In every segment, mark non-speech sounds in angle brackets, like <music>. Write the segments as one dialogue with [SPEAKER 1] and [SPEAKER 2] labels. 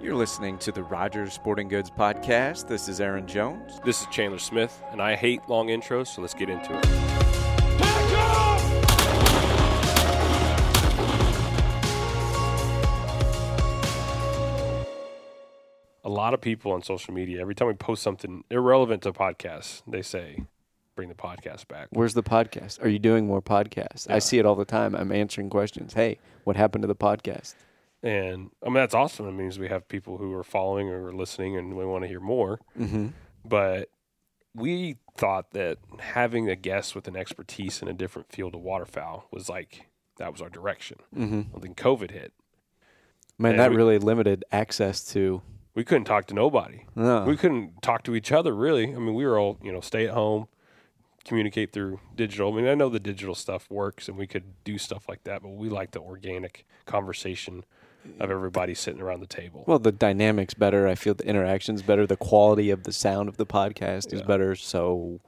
[SPEAKER 1] You're listening to the Rogers Sporting Goods Podcast. This is Aaron Jones.
[SPEAKER 2] This is Chandler Smith, and I hate long intros, so let's get into it. A lot of people on social media, every time we post something irrelevant to podcasts, they say, bring the podcast back.
[SPEAKER 3] Where's the podcast? Are you doing more podcasts? I see it all the time. I'm answering questions. Hey, what happened to the podcast?
[SPEAKER 2] And I mean, that's awesome. It means we have people who are following or are listening and we want to hear more.
[SPEAKER 3] Mm-hmm.
[SPEAKER 2] But we thought that having a guest with an expertise in a different field of waterfowl was like, that was our direction.
[SPEAKER 3] Mm-hmm.
[SPEAKER 2] Well, then COVID hit.
[SPEAKER 3] Man,
[SPEAKER 2] And
[SPEAKER 3] that
[SPEAKER 2] we-
[SPEAKER 3] really limited access to.
[SPEAKER 2] We couldn't talk to nobody.
[SPEAKER 3] No.
[SPEAKER 2] we couldn't talk to each other really. I mean, we were all you know stay at home, communicate through digital. I mean, I know the digital stuff works and we could do stuff like that, but we like the organic conversation of everybody sitting around the table.
[SPEAKER 3] well, the dynamics better. I feel the interactions better. The quality of the sound of the podcast is
[SPEAKER 2] Yeah.
[SPEAKER 3] better. So,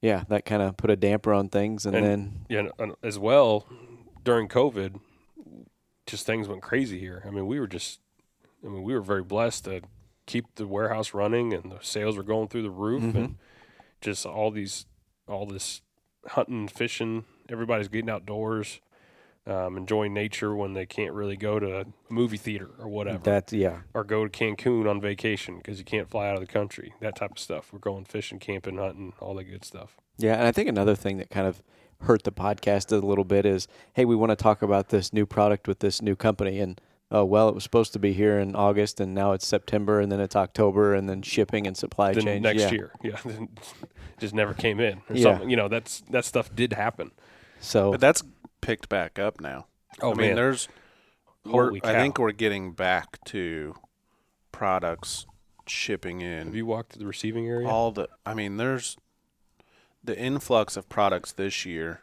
[SPEAKER 3] yeah, that kind of put a damper on things. And,
[SPEAKER 2] And-
[SPEAKER 3] then,
[SPEAKER 2] Yeah, and- and as well during COVID, just things went crazy here. I mean, we were just, I mean, we were very blessed to keep the warehouse running and the sales were going through the roof and just all these, all this hunting, fishing, everybody's getting outdoors, um, enjoying nature when they can't really go to a movie theater or whatever,
[SPEAKER 3] that yeah,
[SPEAKER 2] or go to Cancun on vacation because you can't fly out of the country, that type of stuff. We're going fishing, camping, hunting, all that good stuff.
[SPEAKER 3] Yeah, and I think another thing that kind of hurt the podcast a little bit is, hey, we want to talk about this new product with this new company, and oh well, it was supposed to be here in August, and now it's September, and then it's October, and then shipping and supply
[SPEAKER 2] then
[SPEAKER 3] chain.
[SPEAKER 2] next
[SPEAKER 3] yeah.
[SPEAKER 2] year. <laughs> Yeah, just never came in or
[SPEAKER 3] Yeah.
[SPEAKER 2] something. You know, that's that stuff did happen.
[SPEAKER 3] So
[SPEAKER 4] But that's picked back up now.
[SPEAKER 2] Oh
[SPEAKER 4] I mean,
[SPEAKER 2] man,
[SPEAKER 4] there's. we're-
[SPEAKER 2] Holy
[SPEAKER 4] I think
[SPEAKER 2] cow.
[SPEAKER 4] we're getting back to products shipping
[SPEAKER 2] have
[SPEAKER 4] in
[SPEAKER 2] you walked to the receiving area?
[SPEAKER 4] all the. I mean, there's the influx of products this year.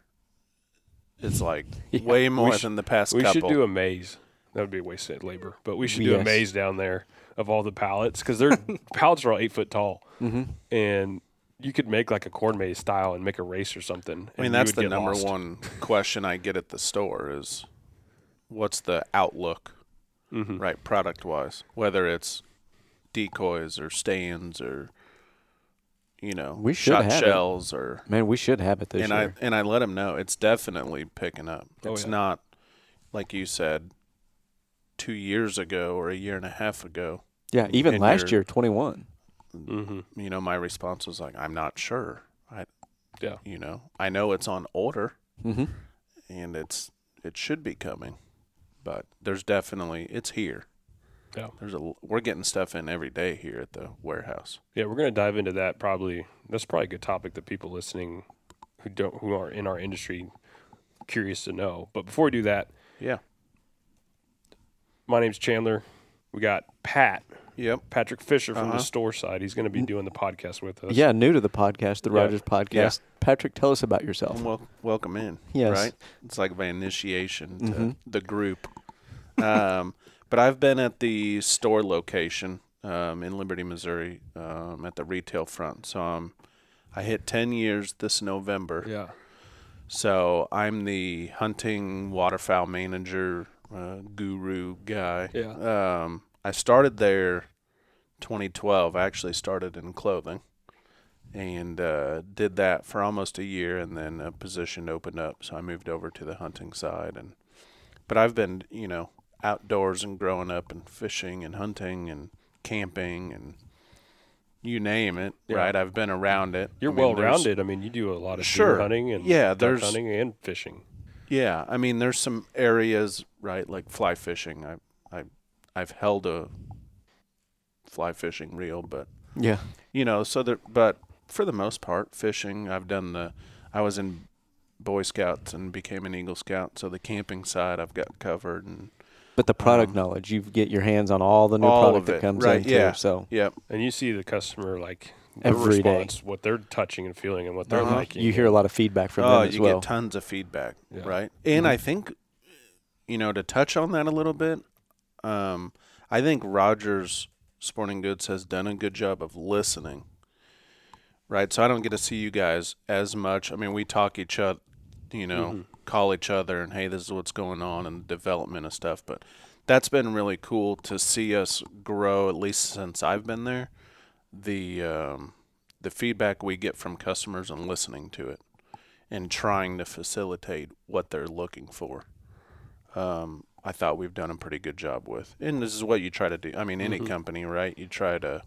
[SPEAKER 2] <laughs>
[SPEAKER 4] It's like way more
[SPEAKER 2] should-
[SPEAKER 4] than the past
[SPEAKER 2] we
[SPEAKER 4] couple.
[SPEAKER 2] should do a maze. That would be a waste of labor, but we should do a
[SPEAKER 3] Yes.
[SPEAKER 2] maze down there of all the pallets
[SPEAKER 3] <laughs>
[SPEAKER 2] because their pallets are all eight foot tall,
[SPEAKER 3] Mhm.
[SPEAKER 2] and you could make like a corn maze style and make a race or something.
[SPEAKER 4] I
[SPEAKER 2] and you
[SPEAKER 4] mean, that's
[SPEAKER 2] would
[SPEAKER 4] the
[SPEAKER 2] get
[SPEAKER 4] number
[SPEAKER 2] lost.
[SPEAKER 4] one question I get at the store is, what's the outlook,
[SPEAKER 2] Mhm.
[SPEAKER 4] right, product wise? Whether it's decoys or stands or, you know,
[SPEAKER 3] We should
[SPEAKER 4] shot
[SPEAKER 3] have it.
[SPEAKER 4] shells or
[SPEAKER 3] man, we should have it this
[SPEAKER 4] and
[SPEAKER 3] year.
[SPEAKER 4] I and I let him know it's definitely picking up.
[SPEAKER 2] Oh,
[SPEAKER 4] it's
[SPEAKER 2] yeah.
[SPEAKER 4] not like you said two years ago or a year and a half ago.
[SPEAKER 3] yeah, even
[SPEAKER 4] and
[SPEAKER 3] last
[SPEAKER 4] your-
[SPEAKER 3] year, twenty one.
[SPEAKER 2] Mhm.
[SPEAKER 4] You know, my response was like, "I'm not sure." I,
[SPEAKER 2] Yeah.
[SPEAKER 4] you know, I know it's on order
[SPEAKER 3] Mm-hmm.
[SPEAKER 4] and it's it should be coming, but there's definitely it's here.
[SPEAKER 2] Yeah.
[SPEAKER 4] There's a l- we're getting stuff in every day here at the warehouse.
[SPEAKER 2] Yeah, we're gonna dive into that probably. That's probably a good topic that people listening who don't who are in our industry curious to know. But before we do that,
[SPEAKER 4] Yeah.
[SPEAKER 2] my name's Chandler. We got Pat,
[SPEAKER 4] Yep.
[SPEAKER 2] Patrick Fisher from
[SPEAKER 4] Uh-huh.
[SPEAKER 2] the store side. He's going to be doing the podcast with us.
[SPEAKER 3] Yeah, new to the podcast, the
[SPEAKER 2] Yeah.
[SPEAKER 3] Rogers podcast. Patrick, tell us about yourself.
[SPEAKER 4] And wel- welcome in.
[SPEAKER 3] Yes.
[SPEAKER 4] Right? It's like my initiation to
[SPEAKER 3] Mhm.
[SPEAKER 4] the group. Um, <laughs> but I've been at the store location um, in Liberty, Missouri, um, at the retail front. So um, I hit 10 years this November.
[SPEAKER 2] yeah.
[SPEAKER 4] So I'm the hunting waterfowl manager uh, guru guy.
[SPEAKER 2] Yeah.
[SPEAKER 4] Um, I started there 2012. I actually started in clothing and uh, did that for almost a year, and then a position opened up, so I moved over to the hunting side. And but I've been, you know, outdoors and growing up and fishing and hunting and camping and you name it,
[SPEAKER 2] Yeah.
[SPEAKER 4] right? I've been around it.
[SPEAKER 2] You're
[SPEAKER 4] I mean,
[SPEAKER 2] well
[SPEAKER 4] there's-
[SPEAKER 2] rounded. I mean, you do a lot of deer
[SPEAKER 4] Sure.
[SPEAKER 2] hunting and
[SPEAKER 4] Yeah,
[SPEAKER 2] duck
[SPEAKER 4] there's-
[SPEAKER 2] hunting and fishing.
[SPEAKER 4] Yeah, I mean, there's some areas, right, like fly fishing. I, I, I've held a fly fishing reel, but
[SPEAKER 3] Yeah,
[SPEAKER 4] you know, so there. But for the most part, fishing. I've done the. I was in Boy Scouts and became an Eagle Scout, so the camping side I've got covered, and
[SPEAKER 3] but the product
[SPEAKER 4] Um,
[SPEAKER 3] knowledge, you get your hands on all the new
[SPEAKER 4] all
[SPEAKER 3] product
[SPEAKER 4] of
[SPEAKER 3] that
[SPEAKER 4] it,
[SPEAKER 3] comes
[SPEAKER 4] right,
[SPEAKER 3] in
[SPEAKER 4] yeah.
[SPEAKER 3] too. So
[SPEAKER 4] yep,
[SPEAKER 2] And you see the customer like their
[SPEAKER 3] Every day.
[SPEAKER 2] response, what they're touching and feeling, and what they're
[SPEAKER 4] Uh-huh.
[SPEAKER 2] liking.
[SPEAKER 3] you hear a lot of feedback from
[SPEAKER 4] oh,
[SPEAKER 3] them as
[SPEAKER 4] you
[SPEAKER 3] well. Mm-hmm.
[SPEAKER 4] get tons of feedback,
[SPEAKER 2] Yeah.
[SPEAKER 4] right? And I think, you know, to touch on that a little bit, um, I think Rogers Sporting Goods has done a good job of listening, right? So I don't get to see you guys as much. I mean, we talk each
[SPEAKER 3] Mm-hmm.
[SPEAKER 4] other, you know, call each other, and hey, this is what's going on and development of stuff, but that's been really cool to see us grow. At least since I've been there, the um, the feedback we get from customers and listening to it, and trying to facilitate what they're looking for. Um, I thought we've done a pretty good job with, and this is what you try to do. I mean, any
[SPEAKER 2] Mm-hmm.
[SPEAKER 4] company, right? You try to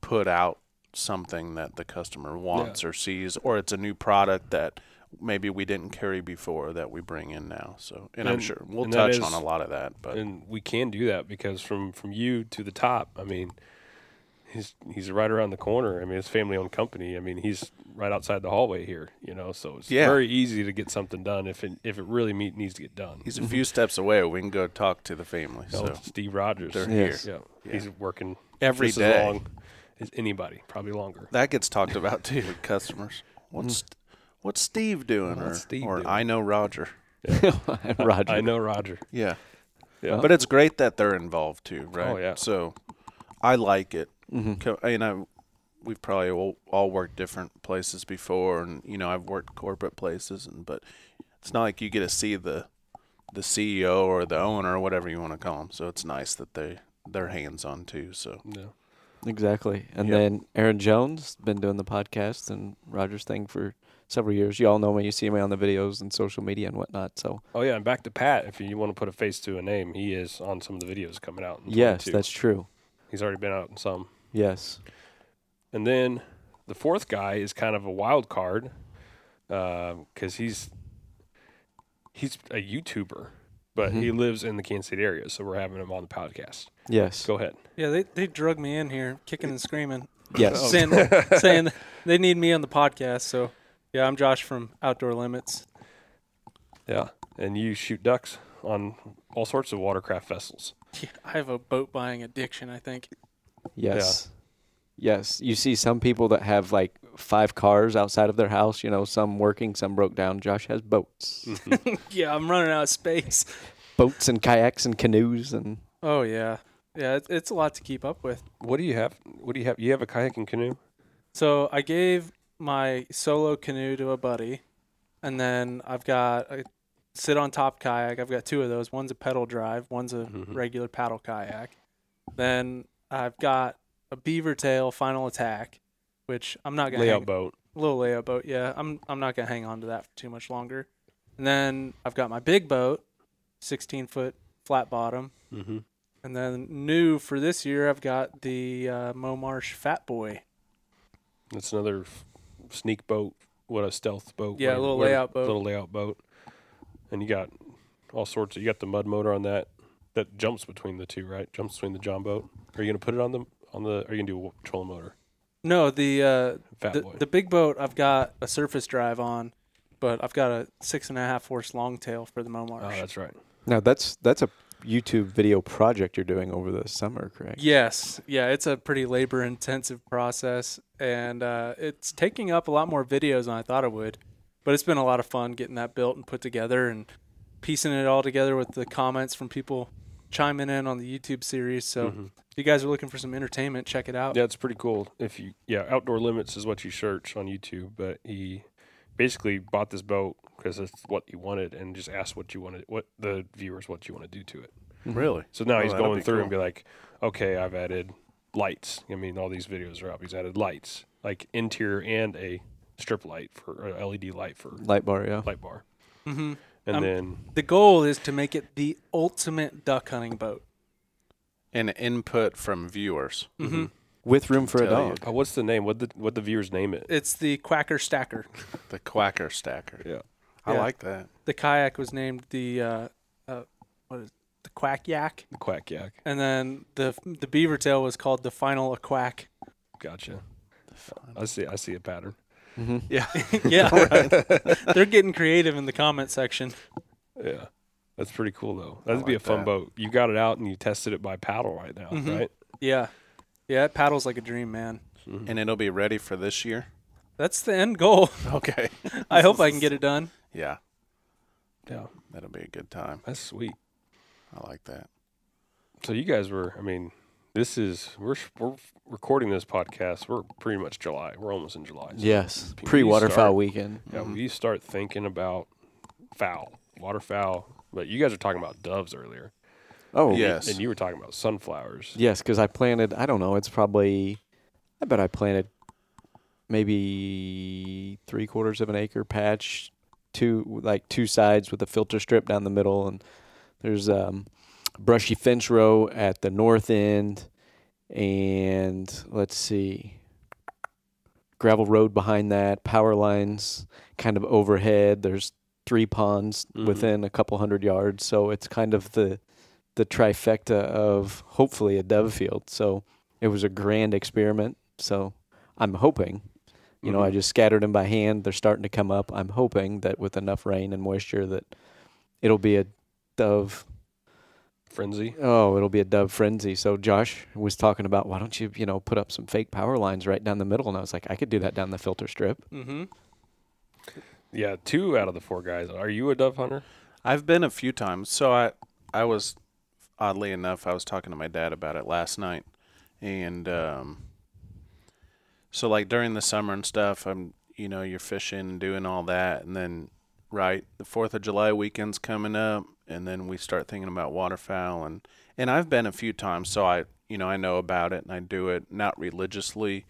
[SPEAKER 4] put out something that the customer wants or sees, or it's a new product that maybe we didn't carry before that we bring in now. So, and, I'm
[SPEAKER 2] And-
[SPEAKER 4] sure we'll
[SPEAKER 2] and that
[SPEAKER 4] touch
[SPEAKER 2] is-
[SPEAKER 4] on a lot of that, but
[SPEAKER 2] and we can do that because from from you to the top i mean he's he's right around the corner i mean his family owned company i mean he's right outside the hallway here you know so it's
[SPEAKER 4] Yeah.
[SPEAKER 2] very easy to get something done if it if it really meet, needs to get done
[SPEAKER 4] he's a few steps away. We can go talk to the family.
[SPEAKER 2] You know,
[SPEAKER 4] So
[SPEAKER 2] Oh, steve rogers
[SPEAKER 4] they're
[SPEAKER 3] Yes.
[SPEAKER 2] yeah. he's working
[SPEAKER 4] Every
[SPEAKER 2] just
[SPEAKER 4] day.
[SPEAKER 2] as long as anybody probably longer
[SPEAKER 4] that gets talked about too with customers. What's what's Steve doing?
[SPEAKER 2] What's
[SPEAKER 4] or
[SPEAKER 2] Steve
[SPEAKER 4] or
[SPEAKER 2] doing?
[SPEAKER 4] I know Roger.
[SPEAKER 3] <laughs> Roger.
[SPEAKER 2] i know roger
[SPEAKER 4] Yeah.
[SPEAKER 2] Yeah. Oh,
[SPEAKER 4] But it's great that they're involved too, right?
[SPEAKER 2] yeah.
[SPEAKER 4] So I like it. Co- And I, we've probably all, all worked different places before, and you know I've worked corporate places, and but it's not like you get to see the the CEO or the owner or whatever you want to call them. So it's nice that they they're hands on too. So
[SPEAKER 2] yeah.
[SPEAKER 3] Exactly. And
[SPEAKER 4] Yep.
[SPEAKER 3] then Aaron Jones been doing the podcast and Rogers thing for several years. You all know me. You see me on the videos and social media and whatnot. So
[SPEAKER 2] oh yeah and back to pat if you want to put a face to a name he is on some of the videos coming out in
[SPEAKER 3] yes,
[SPEAKER 2] 22.
[SPEAKER 3] that's true.
[SPEAKER 2] he's already been out in some
[SPEAKER 3] Yes.
[SPEAKER 2] And then the fourth guy is kind of a wild card because he's he's a YouTuber, but he lives in the Kansas City area, so we're having him on the podcast.
[SPEAKER 3] Yes.
[SPEAKER 2] Go ahead.
[SPEAKER 5] Yeah, they, they drug me in here, kicking and screaming, <laughs>
[SPEAKER 2] Oh.
[SPEAKER 3] Yes.
[SPEAKER 5] saying,
[SPEAKER 2] <laughs>
[SPEAKER 5] saying they need me on the podcast. So, yeah, I'm Josh from Outdoor Limits.
[SPEAKER 2] Yeah, and you shoot ducks on all sorts of watercraft vessels.
[SPEAKER 5] Yeah, I have a boat buying addiction, I think. <laughs>
[SPEAKER 3] Yes. Yes. You see some people that have like five cars outside of their house, you know, some working, some broke down. Josh has boats.
[SPEAKER 5] Yeah, I'm running out of space.
[SPEAKER 3] boats and kayaks and canoes and
[SPEAKER 5] Oh, yeah. Yeah, it's, it's a lot to keep up with.
[SPEAKER 2] <laughs> What do you have? What do you have? You have a kayaking canoe.
[SPEAKER 5] So, I gave my solo canoe to a buddy, and then I've got a sit on top kayak. I've got two of those. One's a pedal drive, one's a Mm-hmm. regular paddle kayak. Then I've got a beaver tail final attack, which I'm not going to
[SPEAKER 2] Layout boat.
[SPEAKER 5] little layout boat. Yeah, I'm I'm not gonna hang on to that for too much longer. And then I've got my big boat, 16 foot flat bottom.
[SPEAKER 2] Mm-hmm.
[SPEAKER 5] And then new for this year, I've got the uh, Momarsh Fat Boy.
[SPEAKER 2] That's another f- sneak boat. What a stealth boat.
[SPEAKER 5] Yeah, a little layout boat.
[SPEAKER 2] Little layout boat. And you got all sorts of. You got the mud motor on that. That jumps between the two, right? Jumps between the John boat. Are you gonna put it on the on the? Are you gonna do a wa- trolling motor?
[SPEAKER 5] No, the uh,
[SPEAKER 2] Fat
[SPEAKER 5] the,
[SPEAKER 2] boy.
[SPEAKER 5] the big boat I've got a surface drive on, but I've got a six and a half horse longtail for the
[SPEAKER 2] oh,
[SPEAKER 5] Momarsh.
[SPEAKER 2] that's right.
[SPEAKER 3] now that's that's a YouTube video project you're doing over the summer, correct?
[SPEAKER 5] Yes. Yeah, it's a pretty labor intensive process and uh, it's taking up a lot more videos than I thought it would. But it's been a lot of fun getting that built and put together and piecing it all together with the comments from people chiming in on the YouTube series. So
[SPEAKER 2] Mm-hmm.
[SPEAKER 5] if you guys are looking for some entertainment, check it out.
[SPEAKER 2] Yeah, it's pretty cool. If you yeah, outdoor limits is what you search on YouTube. But he basically bought this boat because that's what he wanted, and just asked what you wanted, what the viewers what you want to do to it.
[SPEAKER 4] really,
[SPEAKER 2] So now
[SPEAKER 4] Oh,
[SPEAKER 2] he's
[SPEAKER 4] that'll
[SPEAKER 2] going
[SPEAKER 4] be
[SPEAKER 2] through
[SPEAKER 4] cool.
[SPEAKER 2] and be like, okay, I've added lights. I mean, all these videos are up. He's added lights, like interior and a strip light for a LED light for
[SPEAKER 3] Light bar, yeah.
[SPEAKER 2] light bar.
[SPEAKER 5] Mhm.
[SPEAKER 2] And
[SPEAKER 5] I'm-
[SPEAKER 2] then
[SPEAKER 5] The goal is to make it the ultimate duck hunting boat.
[SPEAKER 4] and input from viewers.
[SPEAKER 5] Mm-hmm.
[SPEAKER 3] With room for a
[SPEAKER 4] Tell you.
[SPEAKER 3] dog.
[SPEAKER 2] oh, what's the name? What the what the viewers name it?
[SPEAKER 5] It's the Quacker Stacker.
[SPEAKER 4] The quacker stacker.
[SPEAKER 2] Yeah.
[SPEAKER 4] I
[SPEAKER 5] Yeah.
[SPEAKER 4] like that.
[SPEAKER 5] The kayak was named the uh, uh, what is it? the Quack Yak.
[SPEAKER 2] The quack yak.
[SPEAKER 5] And then the the beaver tail was called the final a
[SPEAKER 3] <laughs>
[SPEAKER 5] quack. <laughs>
[SPEAKER 2] Gotcha.
[SPEAKER 4] Uh,
[SPEAKER 2] I see. I see a pattern.
[SPEAKER 3] Mm-hmm.
[SPEAKER 4] Yeah,
[SPEAKER 5] yeah, they're getting creative in the comment section.
[SPEAKER 2] Yeah, that's pretty cool though. That'd be a
[SPEAKER 4] like
[SPEAKER 2] fun
[SPEAKER 4] that. Mm-hmm.
[SPEAKER 2] boat. You got it out and you tested it by paddle right now,
[SPEAKER 5] Mhm.
[SPEAKER 2] right?
[SPEAKER 5] Yeah, yeah, it paddles like a dream, man.
[SPEAKER 4] and it'll be ready for this year.
[SPEAKER 5] That's the end goal. <laughs>
[SPEAKER 4] Okay.
[SPEAKER 5] I hope I can get it done.
[SPEAKER 4] Yeah,
[SPEAKER 2] Yeah,
[SPEAKER 4] that'll be a good time.
[SPEAKER 2] that's sweet.
[SPEAKER 4] I like that.
[SPEAKER 2] So you guys were. I mean, this is we're we're recording this podcast. We're pretty much July. We're almost in July. so
[SPEAKER 3] Yes.
[SPEAKER 2] Can we
[SPEAKER 3] Pre waterfowl
[SPEAKER 2] start?
[SPEAKER 3] weekend.
[SPEAKER 2] Yeah,
[SPEAKER 4] Mm-hmm.
[SPEAKER 2] we start thinking about fowl, waterfowl. But you guys are talking about doves earlier.
[SPEAKER 3] Oh,
[SPEAKER 4] Yeah.
[SPEAKER 3] yes.
[SPEAKER 4] Yes.
[SPEAKER 2] And you were talking about sunflowers.
[SPEAKER 3] Yes, because I planted, I don't know, it's probably, I bet I planted maybe three quarters of an acre patch, two, like two sides with a filter strip down the middle. And there's um, brushy fence row at the north end. And let's see, gravel road behind that, power lines kind of overhead. There's three ponds
[SPEAKER 2] Mhm.
[SPEAKER 3] within a couple hundred yards. So it's kind of the, the trifecta of hopefully a dove field. So it was a grand experiment. So I'm hoping, you know, I
[SPEAKER 2] Mhm.
[SPEAKER 3] just scattered them by hand. They're starting to come up. I'm hoping that with enough rain and moisture that it'll be a dove.
[SPEAKER 2] frenzy.
[SPEAKER 3] Oh, it'll be a dove frenzy. So Josh was talking about why don't you, you know, put up some fake power lines right down the middle? And I was like, I could do that down the filter strip.
[SPEAKER 5] Mm-hmm.
[SPEAKER 2] Yeah, two out of the four guys. Are you a dove hunter?
[SPEAKER 4] I've been a few times. So I I was oddly enough I was talking to my dad about it last night, and um, so like during the summer and stuff, I'm you know you're fishing and doing all that, and then right the Fourth of July weekend's coming up, and then we start thinking about waterfowl and and I've been a few times, so I you know I know about it and I do it not religiously.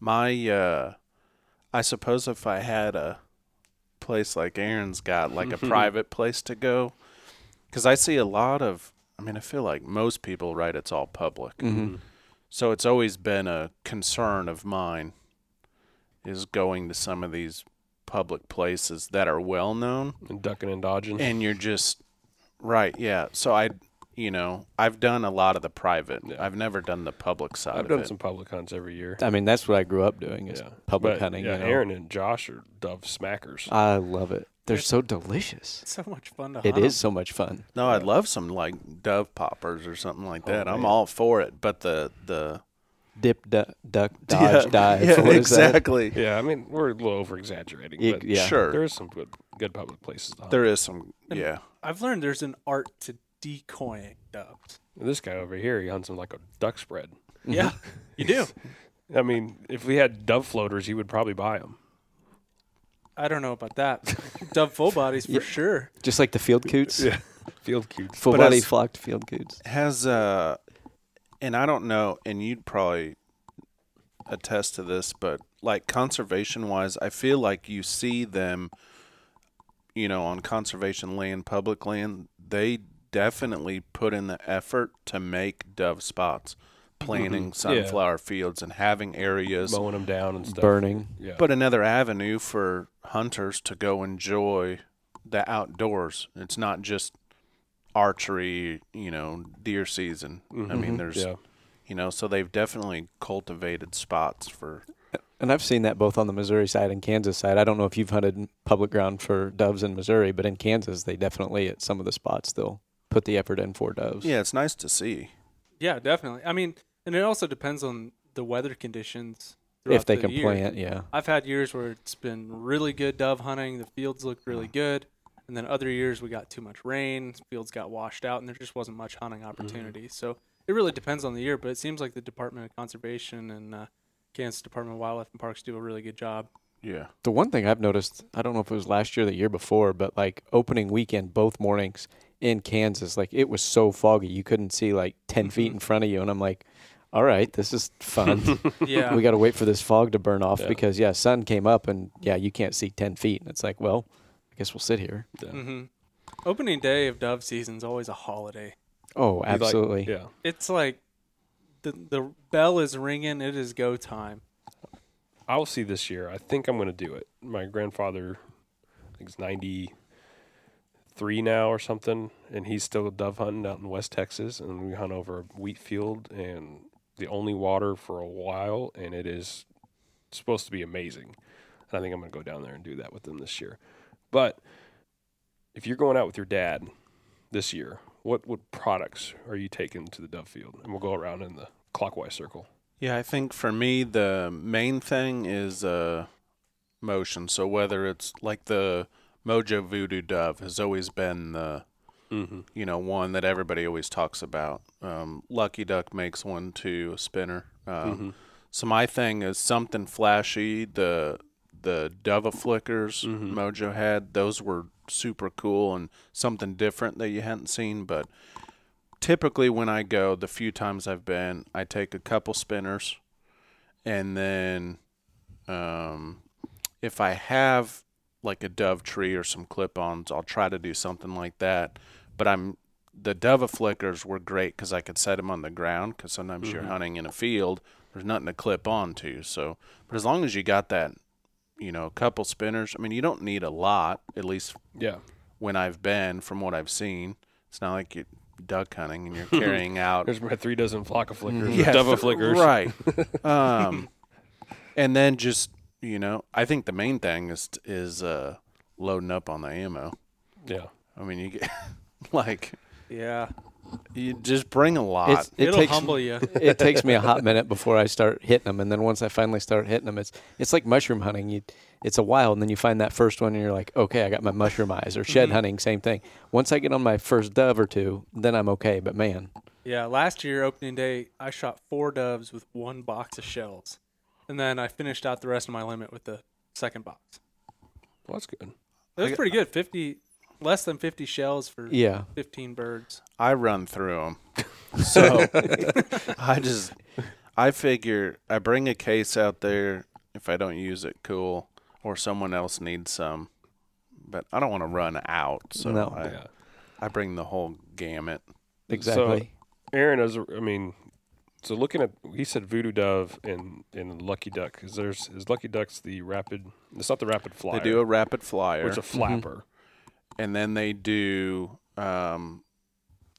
[SPEAKER 4] My uh, I suppose if I had a place like Aaron's got, like a private place to go. Because I see a lot of, I mean, I feel like most people, right? It's all public.
[SPEAKER 2] Mm-hmm.
[SPEAKER 4] So it's always been a concern of mine is going to some of these public places that are well known
[SPEAKER 2] And ducking and dodging.
[SPEAKER 4] and you're just, right, yeah. So I, you know, I've done a lot of the private. I've never done the public side
[SPEAKER 2] I've
[SPEAKER 4] of
[SPEAKER 2] done
[SPEAKER 4] it.
[SPEAKER 2] some public hunts every year.
[SPEAKER 3] I mean, that's what I grew up doing is
[SPEAKER 2] Yeah.
[SPEAKER 3] public
[SPEAKER 2] But,
[SPEAKER 3] hunting.
[SPEAKER 2] Yeah,
[SPEAKER 3] you know? Uh,
[SPEAKER 2] Aaron and Josh are dove smackers.
[SPEAKER 3] I love it. They're so delicious.
[SPEAKER 5] It's so much fun to
[SPEAKER 3] It
[SPEAKER 5] hunt 'em.
[SPEAKER 3] is so much fun.
[SPEAKER 4] No, I'd love some like dove poppers or something like that. I'm
[SPEAKER 3] man.
[SPEAKER 4] all for it, but the the
[SPEAKER 3] Dip, du- duck, dodge,
[SPEAKER 4] <laughs> Yeah,
[SPEAKER 3] dive.
[SPEAKER 4] yeah,
[SPEAKER 3] What is that?
[SPEAKER 4] exactly.
[SPEAKER 2] yeah, I mean we're a little over exaggerating,
[SPEAKER 3] Ig-
[SPEAKER 2] but
[SPEAKER 3] yeah.
[SPEAKER 4] Sure.
[SPEAKER 2] there is some good good public places to hunt.
[SPEAKER 4] There is some,
[SPEAKER 5] And-
[SPEAKER 4] yeah.
[SPEAKER 5] I've learned there's an art to decoying doves.
[SPEAKER 2] This guy over here, he hunts them like a duck spread.
[SPEAKER 3] Mm-hmm.
[SPEAKER 5] Yeah, you do.
[SPEAKER 2] <laughs> I mean, if we had dove floaters, he would probably buy them.
[SPEAKER 5] I don't know
[SPEAKER 3] <laughs>
[SPEAKER 5] about that. Dove full bodies for
[SPEAKER 3] Yeah.
[SPEAKER 5] sure.
[SPEAKER 3] Just like the field coots.
[SPEAKER 2] Yeah. Field cute.
[SPEAKER 3] Full
[SPEAKER 4] But
[SPEAKER 3] body
[SPEAKER 4] as-
[SPEAKER 3] flocked field coots.
[SPEAKER 4] Has uh, and I don't know, and you'd probably attest to this, but like conservation wise, I feel like you see them, you know, on conservation land, public land, they definitely put in the effort to make dove spots, planting sunflower fields and having areas.
[SPEAKER 2] Mowing them down and stuff.
[SPEAKER 3] Burning.
[SPEAKER 2] Yeah.
[SPEAKER 4] But another avenue for hunters to go enjoy the outdoors. It's not just archery, you know, deer season. I mean, there's,
[SPEAKER 2] Mm-hmm. yeah.
[SPEAKER 4] you know, so they've definitely cultivated spots for.
[SPEAKER 3] And I've seen that both on the Missouri side and Kansas side. I don't know if you've hunted public ground for doves in Missouri, but in Kansas, they definitely at some of the spots they'll put the effort in for doves.
[SPEAKER 4] Yeah, it's nice to see.
[SPEAKER 5] Yeah, definitely. I mean, and it also depends on the weather conditions.
[SPEAKER 3] if
[SPEAKER 5] throughout
[SPEAKER 3] they
[SPEAKER 5] the
[SPEAKER 3] can
[SPEAKER 5] year.
[SPEAKER 3] plant. Yeah,
[SPEAKER 5] I've had years where it's been really good dove hunting. The fields looked really good. And then other years we got too much rain, fields got washed out, and there just wasn't much hunting opportunity.
[SPEAKER 3] Mm-hmm.
[SPEAKER 5] So it really depends on the year, but it seems like the Department of Conservation and uh, Kansas Department of Wildlife and Parks do a really good job.
[SPEAKER 4] Yeah.
[SPEAKER 3] the one thing I've noticed, I don't know if it was last year, or the year before, but like opening weekend, both mornings in Kansas, like it was so foggy you couldn't see like 10 feet in front of you, and I'm like, all right, this is fun. <laughs>
[SPEAKER 5] Yeah.
[SPEAKER 3] we got to wait for this fog to burn off
[SPEAKER 2] Yeah.
[SPEAKER 3] because yeah, sun came up and yeah, you can't see 10 feet, and it's like, well, I guess we'll sit here.
[SPEAKER 5] hmm Opening day of dove season is always a holiday.
[SPEAKER 3] Oh,
[SPEAKER 2] He'd like-
[SPEAKER 3] absolutely.
[SPEAKER 2] yeah.
[SPEAKER 5] It's like the the bell is ringing. It is go time.
[SPEAKER 2] I'll see this year. I think I'm going to do it. My grandfather, I think he's 93 now or something, and he's still dove hunting out in West Texas, and we hunt over a wheat field and the only water for a while, and it is supposed to be amazing. And I think I'm going to go down there and do that with them this year. But if you're going out with your dad this year, what what products are you taking to the dove field? And we'll go around in the clockwise circle.
[SPEAKER 4] Yeah, I think for me, the main thing is uh, motion. So whether it's like the Mojo Voodoo Dove has always been the
[SPEAKER 2] Mm-hmm.
[SPEAKER 4] you know, one that everybody always talks about. Um, Lucky Duck makes one too, a spinner. Um, So my thing is something flashy. The the Dova flickers Mojo had those were super cool and something different that you hadn't seen. But typically when I go, the few times I've been, I take a couple spinners, and then, um, if I have like a dove tree or some clip-ons, I'll try to do something like that. But I'm the dove flickers were great because I could set them on the ground because sometimes you're hunting in a field, there's nothing to clip on to. So, but as long as you got that, you know, a couple spinners. I mean, you don't need a lot, at least
[SPEAKER 2] Yeah.
[SPEAKER 4] when I've been, from what I've seen. It's not like you're duck hunting and you're carrying out
[SPEAKER 2] There's my three dozen flock of
[SPEAKER 4] <laughs>
[SPEAKER 2] flickers.
[SPEAKER 4] Yeah,
[SPEAKER 2] Yeah, dove
[SPEAKER 4] th-
[SPEAKER 2] flickers.
[SPEAKER 4] Mm-hmm. right? um, and then just you know, I think the main thing is is uh, loading up on the ammo.
[SPEAKER 2] Yeah.
[SPEAKER 4] I mean, you get <laughs> like
[SPEAKER 5] Yeah,
[SPEAKER 4] you just bring a lot.
[SPEAKER 3] It's, it
[SPEAKER 5] it'll
[SPEAKER 3] takes <laughs>
[SPEAKER 5] humble you.
[SPEAKER 3] it takes me a hot minute before I start hitting them, and then once I finally start hitting them, it's it's like mushroom hunting. You, it's a while, and then you find that first one, and you're like, okay, I got my mushroom eyes. Or shed hunting, same thing. Once I get on my first dove or two, then I'm okay. But man,
[SPEAKER 5] Yeah, last year opening day, I shot four doves with one box of shells, and then I finished out the rest of my limit with the second box.
[SPEAKER 2] Well, that's good.
[SPEAKER 5] That was pretty good. Fifty, less than fifty shells for
[SPEAKER 3] yeah,
[SPEAKER 5] fifteen birds.
[SPEAKER 4] I run through them, so I just I figure I bring a case out there. If I don't use it, cool, or someone else needs some. But I don't want to run out, so
[SPEAKER 3] No.
[SPEAKER 4] I,
[SPEAKER 2] Yeah.
[SPEAKER 4] I bring the whole gamut.
[SPEAKER 3] exactly.
[SPEAKER 2] Aaron is, I mean, so looking at, he said voodoo dove and, and lucky duck. Is there's, is lucky duck's the rapid, it's not the rapid flyer.
[SPEAKER 4] They do a rapid flyer, Mm-hmm.
[SPEAKER 2] It's a flapper.
[SPEAKER 4] and then they do. Um,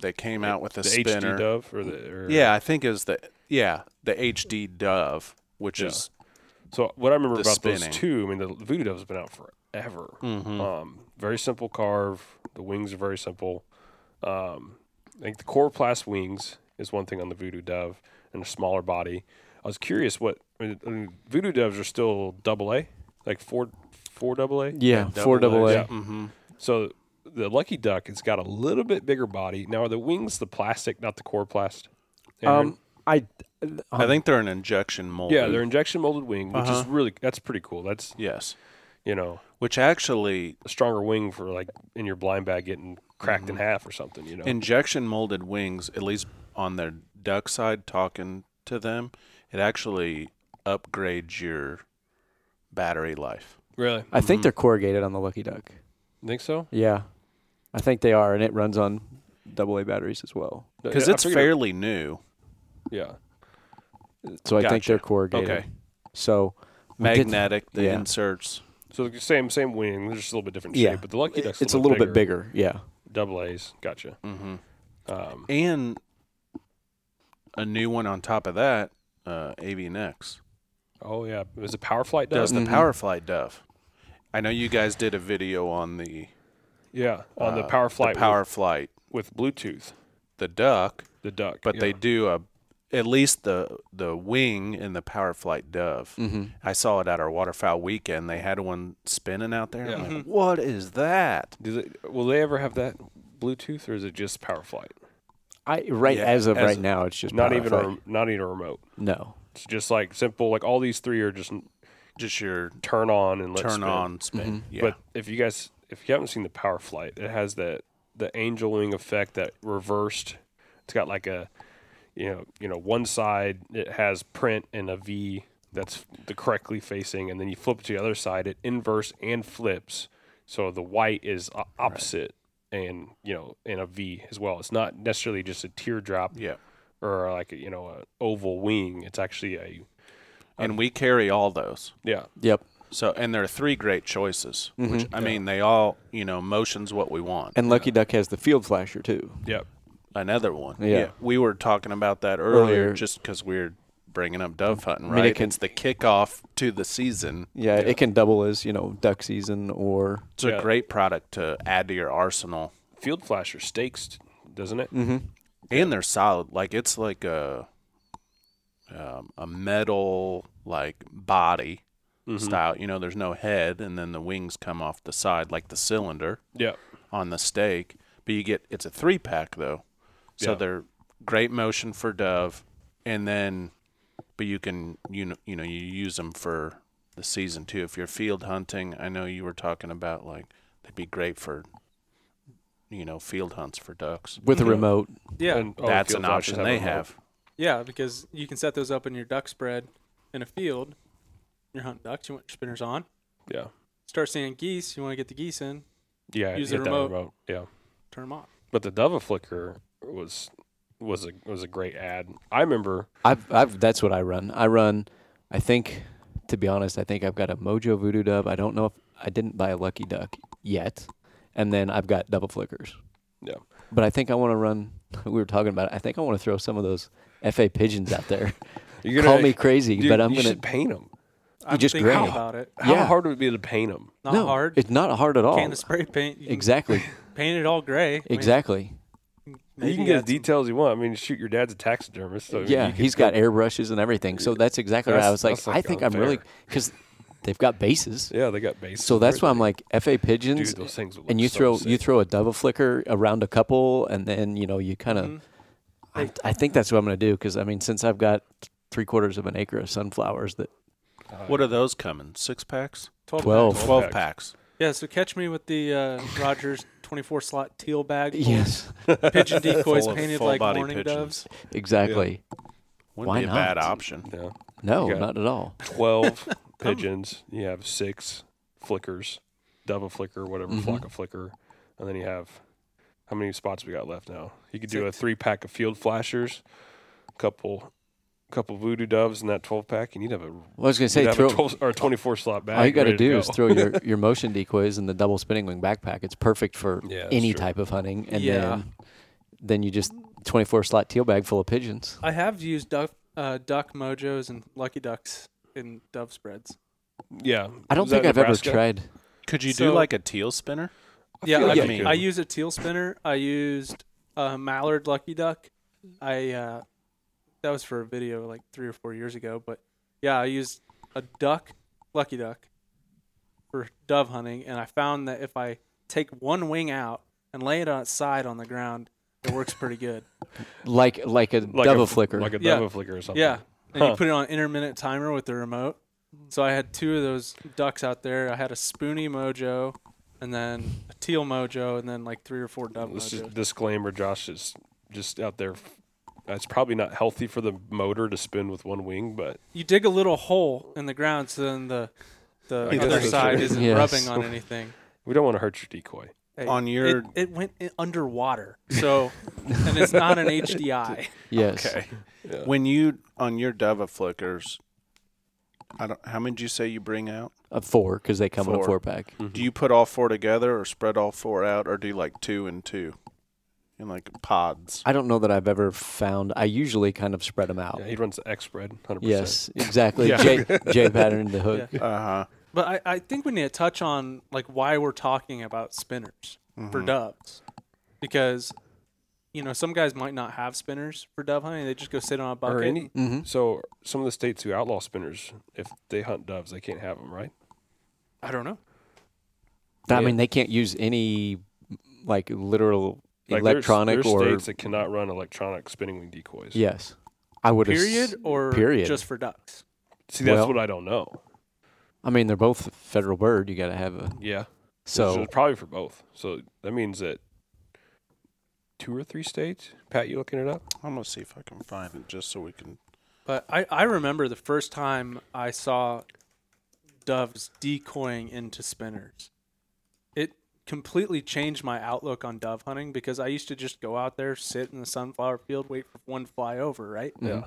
[SPEAKER 4] they came out with a
[SPEAKER 2] the
[SPEAKER 4] spinner.
[SPEAKER 2] HD dove or the, or,
[SPEAKER 4] Yeah, I think it was the yeah the HD Dove, which
[SPEAKER 2] Yeah.
[SPEAKER 4] is
[SPEAKER 2] So what I remember
[SPEAKER 4] The
[SPEAKER 2] about
[SPEAKER 4] spinning.
[SPEAKER 2] those two, I mean, the voodoo dove's been out forever.
[SPEAKER 4] mm-hmm,
[SPEAKER 3] Hmm.
[SPEAKER 2] Um, very simple carve. The wings are very simple. Um, I think the coroplast wings is one thing on the voodoo dove and a smaller body. I was curious what I mean, I mean, voodoo doves are still double A, like four four double A.
[SPEAKER 3] yeah, four double A.
[SPEAKER 2] Yeah.
[SPEAKER 4] mm-hmm.
[SPEAKER 2] So the lucky duck, it's got a little bit bigger body. Now are the wings the plastic, not the coroplast? Aaron?
[SPEAKER 3] Um, I
[SPEAKER 4] I think they're an injection mold.
[SPEAKER 2] yeah, they're injection molded wing, which
[SPEAKER 3] Uh-huh.
[SPEAKER 2] is really that's pretty cool. That's
[SPEAKER 4] yes,
[SPEAKER 2] you know
[SPEAKER 4] which actually
[SPEAKER 2] a stronger wing for like in your blind bag getting cracked
[SPEAKER 3] Mm-hmm.
[SPEAKER 2] in half or something, you know.
[SPEAKER 4] injection molded wings, at least on their duck side, talking to them, it actually upgrades your battery life.
[SPEAKER 2] really?
[SPEAKER 3] um, I think they're corrugated on the Lucky Duck.
[SPEAKER 2] think so?
[SPEAKER 3] Yeah, I think they are, and it runs on double A batteries as well.
[SPEAKER 4] Because
[SPEAKER 2] Yeah, I
[SPEAKER 4] it's
[SPEAKER 2] figured-
[SPEAKER 4] fairly new.
[SPEAKER 2] Yeah.
[SPEAKER 3] So I think
[SPEAKER 4] Gotcha.
[SPEAKER 3] they're corrugated.
[SPEAKER 4] Okay.
[SPEAKER 3] So we did-
[SPEAKER 4] Magnetic, the
[SPEAKER 3] yeah.
[SPEAKER 4] inserts.
[SPEAKER 2] So the same same wing, they're just a little bit different
[SPEAKER 3] Yeah.
[SPEAKER 2] shape, but the lucky duck's
[SPEAKER 3] It's a little bit bigger. Yeah.
[SPEAKER 2] Double A's, gotcha.
[SPEAKER 4] Mm-hmm.
[SPEAKER 2] Um,
[SPEAKER 4] And a new one on top of that, uh, AVNX,
[SPEAKER 2] oh yeah, is it Power Flight Mm-hmm. dove?
[SPEAKER 4] does the Powerfly Dove. I know you guys did a video on the,
[SPEAKER 2] yeah, on the
[SPEAKER 4] uh,
[SPEAKER 2] Power Flight
[SPEAKER 4] the Power Flight,
[SPEAKER 2] with, with Bluetooth,
[SPEAKER 4] the duck,
[SPEAKER 2] the duck.
[SPEAKER 4] but
[SPEAKER 2] yeah.
[SPEAKER 4] they do a at least the the wing in the power flight dove. I saw it at our waterfowl weekend. They had one spinning out there. I'm
[SPEAKER 2] Yeah.
[SPEAKER 4] like, what is that?
[SPEAKER 2] do they will they ever have that Bluetooth or is it just Power Flight?
[SPEAKER 3] I right
[SPEAKER 4] Yeah,
[SPEAKER 3] as of
[SPEAKER 4] as
[SPEAKER 3] right
[SPEAKER 4] of-
[SPEAKER 3] now, it's just
[SPEAKER 2] Not
[SPEAKER 3] power
[SPEAKER 2] even a
[SPEAKER 3] flight.
[SPEAKER 2] rem- not even a remote.
[SPEAKER 3] no.
[SPEAKER 2] It's just like simple like all these three are just n-
[SPEAKER 4] Just your
[SPEAKER 2] turn on and let
[SPEAKER 4] turn
[SPEAKER 2] spin.
[SPEAKER 4] on spin. Yeah.
[SPEAKER 2] Mm-hmm. But if you guys, if you haven't seen the Power Flight, it has that the angel wing effect that reversed. It's got like a, you know, you know, one side it has print and a V that's the correctly facing, and then you flip it to the other side, it inverse and flips. So the white is o- opposite, and you know, and a V as well. It's not necessarily just a teardrop
[SPEAKER 4] yeah.
[SPEAKER 2] or like a, you know, an oval wing. It's actually a
[SPEAKER 4] And we carry all those.
[SPEAKER 2] yeah,
[SPEAKER 3] Yep.
[SPEAKER 4] So and there are three great choices. Which I mean, they all you know motions what we want.
[SPEAKER 3] And Lucky Duck has the field flasher too.
[SPEAKER 2] yeah.
[SPEAKER 4] Another one.
[SPEAKER 3] Yeah.
[SPEAKER 4] We were talking about that earlier,
[SPEAKER 3] Earlier.
[SPEAKER 4] just because we're bringing up dove hunting,
[SPEAKER 3] mean, it
[SPEAKER 4] right?
[SPEAKER 3] can-
[SPEAKER 4] it's the kickoff to the season.
[SPEAKER 3] Yeah, it can double as you know duck season or
[SPEAKER 4] It's
[SPEAKER 2] Yeah.
[SPEAKER 4] a great product to add to your arsenal.
[SPEAKER 2] Field flasher stakes, doesn't it?
[SPEAKER 4] and they're solid. Like it's like a um, a metal like body
[SPEAKER 2] Mm-hmm.
[SPEAKER 4] style. You know, there's no head, and then the wings come off the side like the cylinder
[SPEAKER 2] Yeah.
[SPEAKER 4] on the stake. But you get it's a three pack though, so
[SPEAKER 2] Yeah.
[SPEAKER 4] they're great motion for dove, and then but you can you know you know you use them for the season too. If you're field hunting, I know you were talking about like they'd be great for you know, field hunts for ducks.
[SPEAKER 3] with a
[SPEAKER 2] Yeah.
[SPEAKER 3] remote.
[SPEAKER 5] Yeah,
[SPEAKER 2] And all Oh, the
[SPEAKER 4] That's
[SPEAKER 2] field
[SPEAKER 4] an
[SPEAKER 2] options
[SPEAKER 4] option they
[SPEAKER 2] a remote.
[SPEAKER 4] have.
[SPEAKER 5] yeah, because you can set those up in your duck spread in a field. You're hunting ducks. You want your spinners on.
[SPEAKER 2] Yeah.
[SPEAKER 5] Start seeing geese. You want to get the geese in.
[SPEAKER 2] Yeah.
[SPEAKER 5] Use
[SPEAKER 2] hit
[SPEAKER 5] the
[SPEAKER 2] that
[SPEAKER 5] remote.
[SPEAKER 2] remote. Yeah.
[SPEAKER 5] Turn them off.
[SPEAKER 2] But the Dove Flicker was was a was a great ad. I remember
[SPEAKER 3] I've, I've that's what I run. I run. I think, to be honest, I think I've got a Mojo Voodoo Dove. I don't know if I didn't buy a Lucky Duck yet, and then I've got double flickers.
[SPEAKER 2] Yeah.
[SPEAKER 3] But I think I want to run. <laughs> We were talking about. It, I think I want to throw some of those FA pigeons out there.
[SPEAKER 2] you're
[SPEAKER 3] Call me crazy,
[SPEAKER 2] dude,
[SPEAKER 3] but I'm
[SPEAKER 2] you
[SPEAKER 3] gonna.
[SPEAKER 2] should paint them.
[SPEAKER 5] I'm
[SPEAKER 3] just
[SPEAKER 5] thinking
[SPEAKER 3] grab 'em.
[SPEAKER 5] about it.
[SPEAKER 2] How
[SPEAKER 3] Yeah.
[SPEAKER 2] hard would it be to paint them?
[SPEAKER 5] Not
[SPEAKER 3] no,
[SPEAKER 5] hard.
[SPEAKER 3] It's not hard at all.
[SPEAKER 5] Can of spray paint. You
[SPEAKER 2] <laughs>
[SPEAKER 5] can
[SPEAKER 3] Exactly.
[SPEAKER 5] Paint it all gray. I mean,
[SPEAKER 3] exactly.
[SPEAKER 2] you
[SPEAKER 5] maybe
[SPEAKER 2] can get as
[SPEAKER 5] that's-
[SPEAKER 2] details you want. I mean, shoot, your dad's a taxidermist. So I mean,
[SPEAKER 3] yeah,
[SPEAKER 2] you could
[SPEAKER 3] he's
[SPEAKER 2] go-
[SPEAKER 3] got airbrushes and everything. So that's exactly what I
[SPEAKER 2] That's-
[SPEAKER 3] was like.
[SPEAKER 2] that's, like,
[SPEAKER 3] I think I'm really
[SPEAKER 2] unfair.
[SPEAKER 3] because they've got bases.
[SPEAKER 2] Yeah, they got bases.
[SPEAKER 3] So that's
[SPEAKER 2] for
[SPEAKER 3] why I'm
[SPEAKER 2] everything.
[SPEAKER 3] like FA pigeons.
[SPEAKER 2] Dude, those things would
[SPEAKER 3] and
[SPEAKER 2] look
[SPEAKER 3] you
[SPEAKER 2] so
[SPEAKER 3] throw you
[SPEAKER 2] sick.
[SPEAKER 3] throw a double flicker around a couple, and then you know you kind of.
[SPEAKER 2] Mm-hmm.
[SPEAKER 3] I, I think that's what I'm going to do because I mean, since I've got three quarters of an acre of sunflowers,
[SPEAKER 2] <laughs>
[SPEAKER 3] that
[SPEAKER 4] What are those coming? Six packs?
[SPEAKER 5] 12.
[SPEAKER 3] 12.
[SPEAKER 2] Twelve
[SPEAKER 4] Twelve
[SPEAKER 5] <laughs>
[SPEAKER 4] packs.
[SPEAKER 5] Yeah, so catch me with the uh, Rogers 24 slot teal bag. full
[SPEAKER 3] <laughs>
[SPEAKER 5] of
[SPEAKER 3] yes,
[SPEAKER 2] <laughs>
[SPEAKER 5] Pigeon decoys
[SPEAKER 4] Full of
[SPEAKER 5] painted like
[SPEAKER 4] full-body
[SPEAKER 5] mourning
[SPEAKER 4] pigeons.
[SPEAKER 5] doves.
[SPEAKER 3] exactly.
[SPEAKER 4] Wouldn't
[SPEAKER 3] Why
[SPEAKER 4] be a
[SPEAKER 3] not?
[SPEAKER 4] bad option.
[SPEAKER 2] yeah,
[SPEAKER 3] No,
[SPEAKER 2] You got-
[SPEAKER 3] not at all.
[SPEAKER 5] <laughs>
[SPEAKER 2] twelve
[SPEAKER 5] Um,
[SPEAKER 2] pigeons. You have six flickers, dove a flicker, whatever,
[SPEAKER 3] Mm-hmm.
[SPEAKER 2] flock a flicker, and then you have how many spots we got left now? You could do a three pack of field flashers, couple, couple voodoo doves in that twelve pack, and you'd have a
[SPEAKER 3] Well, I was going to
[SPEAKER 2] you'd
[SPEAKER 3] say
[SPEAKER 2] have
[SPEAKER 3] throw.
[SPEAKER 2] a 12 or twenty four slot bag.
[SPEAKER 3] all you got to
[SPEAKER 2] ready
[SPEAKER 3] do
[SPEAKER 2] go.
[SPEAKER 3] is throw
[SPEAKER 2] <laughs>
[SPEAKER 3] your, your motion decoys in the double spinning wing backpack. It's perfect for
[SPEAKER 2] Yeah, that's
[SPEAKER 3] any
[SPEAKER 2] true.
[SPEAKER 3] type of hunting, and
[SPEAKER 5] Yeah.
[SPEAKER 3] then then you just 24 slot teal bag full of pigeons.
[SPEAKER 5] I have used duck, uh, duck mojos and lucky ducks in dove spreads.
[SPEAKER 2] yeah.
[SPEAKER 3] I don't
[SPEAKER 2] Is that
[SPEAKER 3] think I've
[SPEAKER 2] Nebraska?
[SPEAKER 3] ever tried.
[SPEAKER 4] Could you
[SPEAKER 5] So-
[SPEAKER 4] do like a teal spinner?
[SPEAKER 5] yeah,
[SPEAKER 2] feel
[SPEAKER 5] I,
[SPEAKER 2] like
[SPEAKER 5] I,
[SPEAKER 2] you could.
[SPEAKER 5] used a teal spinner. I used a mallard lucky duck. I uh, that was for a video like three or four years ago, but yeah, I used a duck lucky duck for dove hunting, and I found that if I take one wing out and lay it on its side on the ground, it works pretty good.
[SPEAKER 3] Like like a
[SPEAKER 2] Like
[SPEAKER 3] double
[SPEAKER 2] a,
[SPEAKER 3] flicker.
[SPEAKER 2] like a
[SPEAKER 5] Yeah.
[SPEAKER 2] double flicker or something.
[SPEAKER 5] Yeah. And
[SPEAKER 2] Huh.
[SPEAKER 5] you put it on intermittent timer with the remote. So I had two of those ducks out there. I had a spoony mojo and then a teal mojo and then like three or four dove
[SPEAKER 2] This is
[SPEAKER 5] mojos.
[SPEAKER 2] disclaimer. Josh is just out there. It's probably not healthy for the motor to spin with one wing, but
[SPEAKER 5] You dig a little hole in the ground so then the the
[SPEAKER 2] I guess
[SPEAKER 5] other
[SPEAKER 2] that's
[SPEAKER 5] side
[SPEAKER 2] true.
[SPEAKER 5] isn't
[SPEAKER 3] Yes.
[SPEAKER 5] rubbing on anything.
[SPEAKER 2] we don't want to hurt your decoy.
[SPEAKER 5] Hey,
[SPEAKER 4] On your-
[SPEAKER 5] it, it went i- underwater. So and it's
[SPEAKER 2] <laughs>
[SPEAKER 5] not an HDI.
[SPEAKER 3] yes.
[SPEAKER 4] Okay.
[SPEAKER 2] Yeah.
[SPEAKER 4] When you on your Dova flickers, I don't. How many do you say you bring out?
[SPEAKER 3] A four because they come in a
[SPEAKER 4] Four.
[SPEAKER 3] four pack.
[SPEAKER 2] Mm-hmm.
[SPEAKER 4] Do you put all four together, or spread all four out, or do you like two and two, in like pods?
[SPEAKER 3] I don't know that I've ever found. I usually kind of spread them out.
[SPEAKER 2] Yeah, he runs the X spread, hundred
[SPEAKER 3] yes, exactly.
[SPEAKER 4] Yeah.
[SPEAKER 2] <laughs>
[SPEAKER 3] J J pattern the hook.
[SPEAKER 4] Uh huh.
[SPEAKER 5] But I, I think we need to touch on like why we're talking about spinners for
[SPEAKER 4] Mm-hmm.
[SPEAKER 2] Mm-hmm.
[SPEAKER 5] doves, because you know some guys might not have spinners for dove hunting. They just go sit on a bucket.
[SPEAKER 2] Or any.
[SPEAKER 3] hmm
[SPEAKER 2] So some of the states who outlaw spinners, if they hunt doves, they can't have them, right?
[SPEAKER 5] I don't know.
[SPEAKER 3] I
[SPEAKER 2] Yeah.
[SPEAKER 3] mean, they can't use any like literal
[SPEAKER 2] Like there's-
[SPEAKER 3] electronic
[SPEAKER 2] there's,
[SPEAKER 3] or
[SPEAKER 2] states that cannot run electronic spinning wing decoys.
[SPEAKER 3] yes. I would. as-
[SPEAKER 5] Period or
[SPEAKER 3] period.
[SPEAKER 5] just for ducks.
[SPEAKER 2] See, that's
[SPEAKER 3] Well-
[SPEAKER 2] what I don't know.
[SPEAKER 3] I mean, they're both federal bird. You got to have a
[SPEAKER 2] Yeah. So
[SPEAKER 3] so
[SPEAKER 2] it's probably for both. So that means that two or three states. Pat, you looking it up?
[SPEAKER 4] I'm gonna see if I can find it just so we can.
[SPEAKER 5] But I, I remember the first time I saw doves decoying into spinners. It completely changed my outlook on dove hunting because I used to just go out there, sit in the sunflower field, wait for one fly over, right?
[SPEAKER 3] Yeah.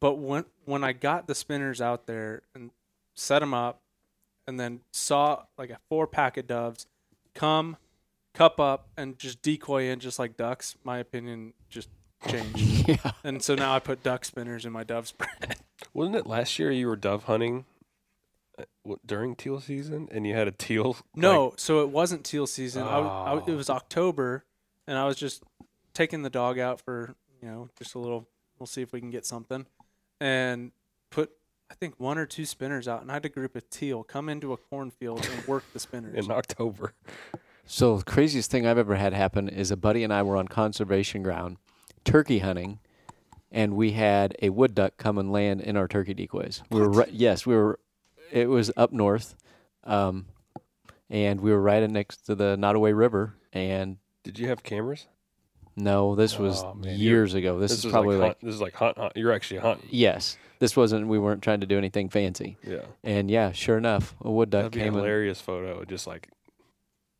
[SPEAKER 5] But when when I got the spinners out there and set them up, and then saw like a four pack of doves come, cup up, and just decoy in just like ducks, my opinion just changed.
[SPEAKER 3] yeah.
[SPEAKER 5] and so now I put duck spinners in my dove spread.
[SPEAKER 2] Wasn't it last year you were dove hunting uh, w- during teal season and you had a teal? <laughs>
[SPEAKER 5] No,
[SPEAKER 2] like- Oh.
[SPEAKER 5] so it wasn't teal season. I w- I w- it was October, and I was just taking the dog out for you know just a little. We'll see if we can get something, and put I think one or two spinners out, and I had a group of teal come into a cornfield
[SPEAKER 2] <laughs>
[SPEAKER 5] and work the spinners.
[SPEAKER 2] in October.
[SPEAKER 3] So the craziest thing I've ever had happen is a buddy and I were on conservation ground, turkey hunting, and we had a wood duck come and land in our turkey decoys. We were right, yes, we were. It was up north, um, and we were right next to the Nottoway River, and
[SPEAKER 2] Did you have cameras?
[SPEAKER 3] No, this was
[SPEAKER 2] Oh, man, you're-
[SPEAKER 3] years ago. This, is
[SPEAKER 2] was
[SPEAKER 3] probably
[SPEAKER 2] like,
[SPEAKER 3] like,
[SPEAKER 2] hunt, this is like hunt, hunt. You're actually hunting.
[SPEAKER 3] yes. This wasn't. We weren't trying to do anything fancy.
[SPEAKER 2] Yeah,
[SPEAKER 3] And yeah, sure enough, a wood duck
[SPEAKER 2] that'd be a
[SPEAKER 3] came. in.
[SPEAKER 2] hilarious photo. Just like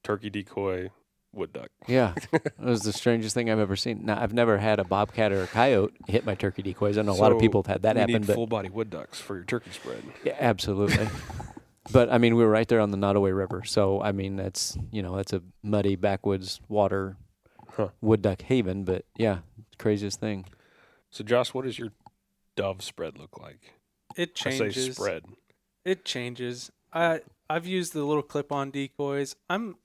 [SPEAKER 2] turkey decoy wood duck.
[SPEAKER 3] Yeah, it was the strangest thing I've ever seen. Now I've never had a bobcat or a coyote hit my turkey decoys. I know a lot of
[SPEAKER 2] So,
[SPEAKER 3] people have had that
[SPEAKER 2] we
[SPEAKER 3] happen,
[SPEAKER 2] need
[SPEAKER 3] but
[SPEAKER 2] full body wood ducks for your turkey spread.
[SPEAKER 3] yeah, absolutely. <laughs> but I mean, we were right there on the Nottoway River, so I mean, that's you know, that's a muddy backwoods water
[SPEAKER 2] Huh.
[SPEAKER 3] wood duck haven. But yeah, craziest thing.
[SPEAKER 2] So Josh, what does your dove spread look like?
[SPEAKER 5] It
[SPEAKER 2] I
[SPEAKER 5] changes.
[SPEAKER 2] say spread.
[SPEAKER 5] It changes. I I've used the little clip-on decoys. I'm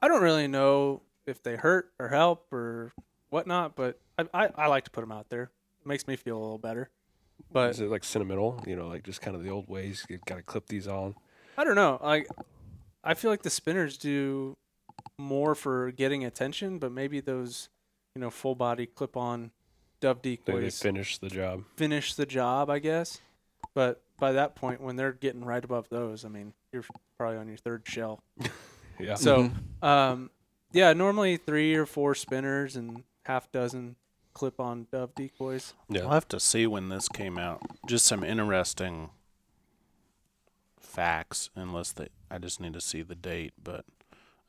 [SPEAKER 5] I don't really know if they hurt or help or whatnot, but I I, I like to put them out there. makes me feel a little better. But
[SPEAKER 2] Is it like sentimental? You know, like just kind of the old ways. You gotta clip these on.
[SPEAKER 5] I don't know. Like I feel like the spinners do more for getting attention, but maybe those you know full body clip-on dove
[SPEAKER 2] They, they
[SPEAKER 5] decoys
[SPEAKER 2] finish the job.
[SPEAKER 5] finish the job, I guess. But by that point, when they're getting right above those, I mean you're probably on your third shell.
[SPEAKER 2] Yeah.
[SPEAKER 5] So,
[SPEAKER 3] Mhm.
[SPEAKER 2] uh,
[SPEAKER 5] um, yeah, normally three or four spinners and half dozen clip-on dove decoys.
[SPEAKER 2] Yeah.
[SPEAKER 4] I'll have to see when this came out. Just some interesting facts, unless they, I just need to see the date. But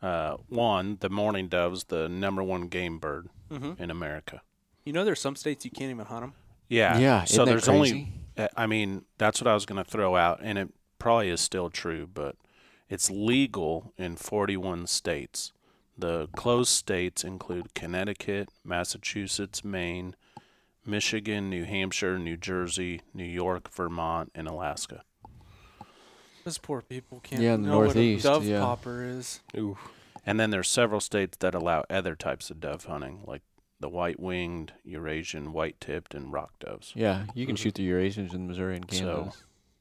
[SPEAKER 4] uh, one, the mourning dove's the number one game bird
[SPEAKER 5] Mm-hmm.
[SPEAKER 4] in America.
[SPEAKER 5] You know, there's some states you can't even hunt them.
[SPEAKER 4] Yeah.
[SPEAKER 3] yeah.
[SPEAKER 4] So
[SPEAKER 3] isn't that
[SPEAKER 4] there's
[SPEAKER 3] crazy?
[SPEAKER 4] only, uh, I mean, that's what I was going to throw out, and it probably is still true, but it's legal in 41 states. The closed states include Connecticut, Massachusetts, Maine, Michigan, New Hampshire, New Jersey, New York, Vermont, and Alaska.
[SPEAKER 5] Those poor people can't
[SPEAKER 3] Yeah, in the
[SPEAKER 5] know
[SPEAKER 3] Northeast,
[SPEAKER 5] what a dove
[SPEAKER 3] yeah.
[SPEAKER 5] popper is.
[SPEAKER 2] Ooh.
[SPEAKER 4] And then there's several states that allow other types of dove hunting, like the white-winged, Eurasian, white-tipped, and rock doves.
[SPEAKER 3] Yeah, you can
[SPEAKER 2] Mhm.
[SPEAKER 3] shoot the Eurasians in Missouri and Canada.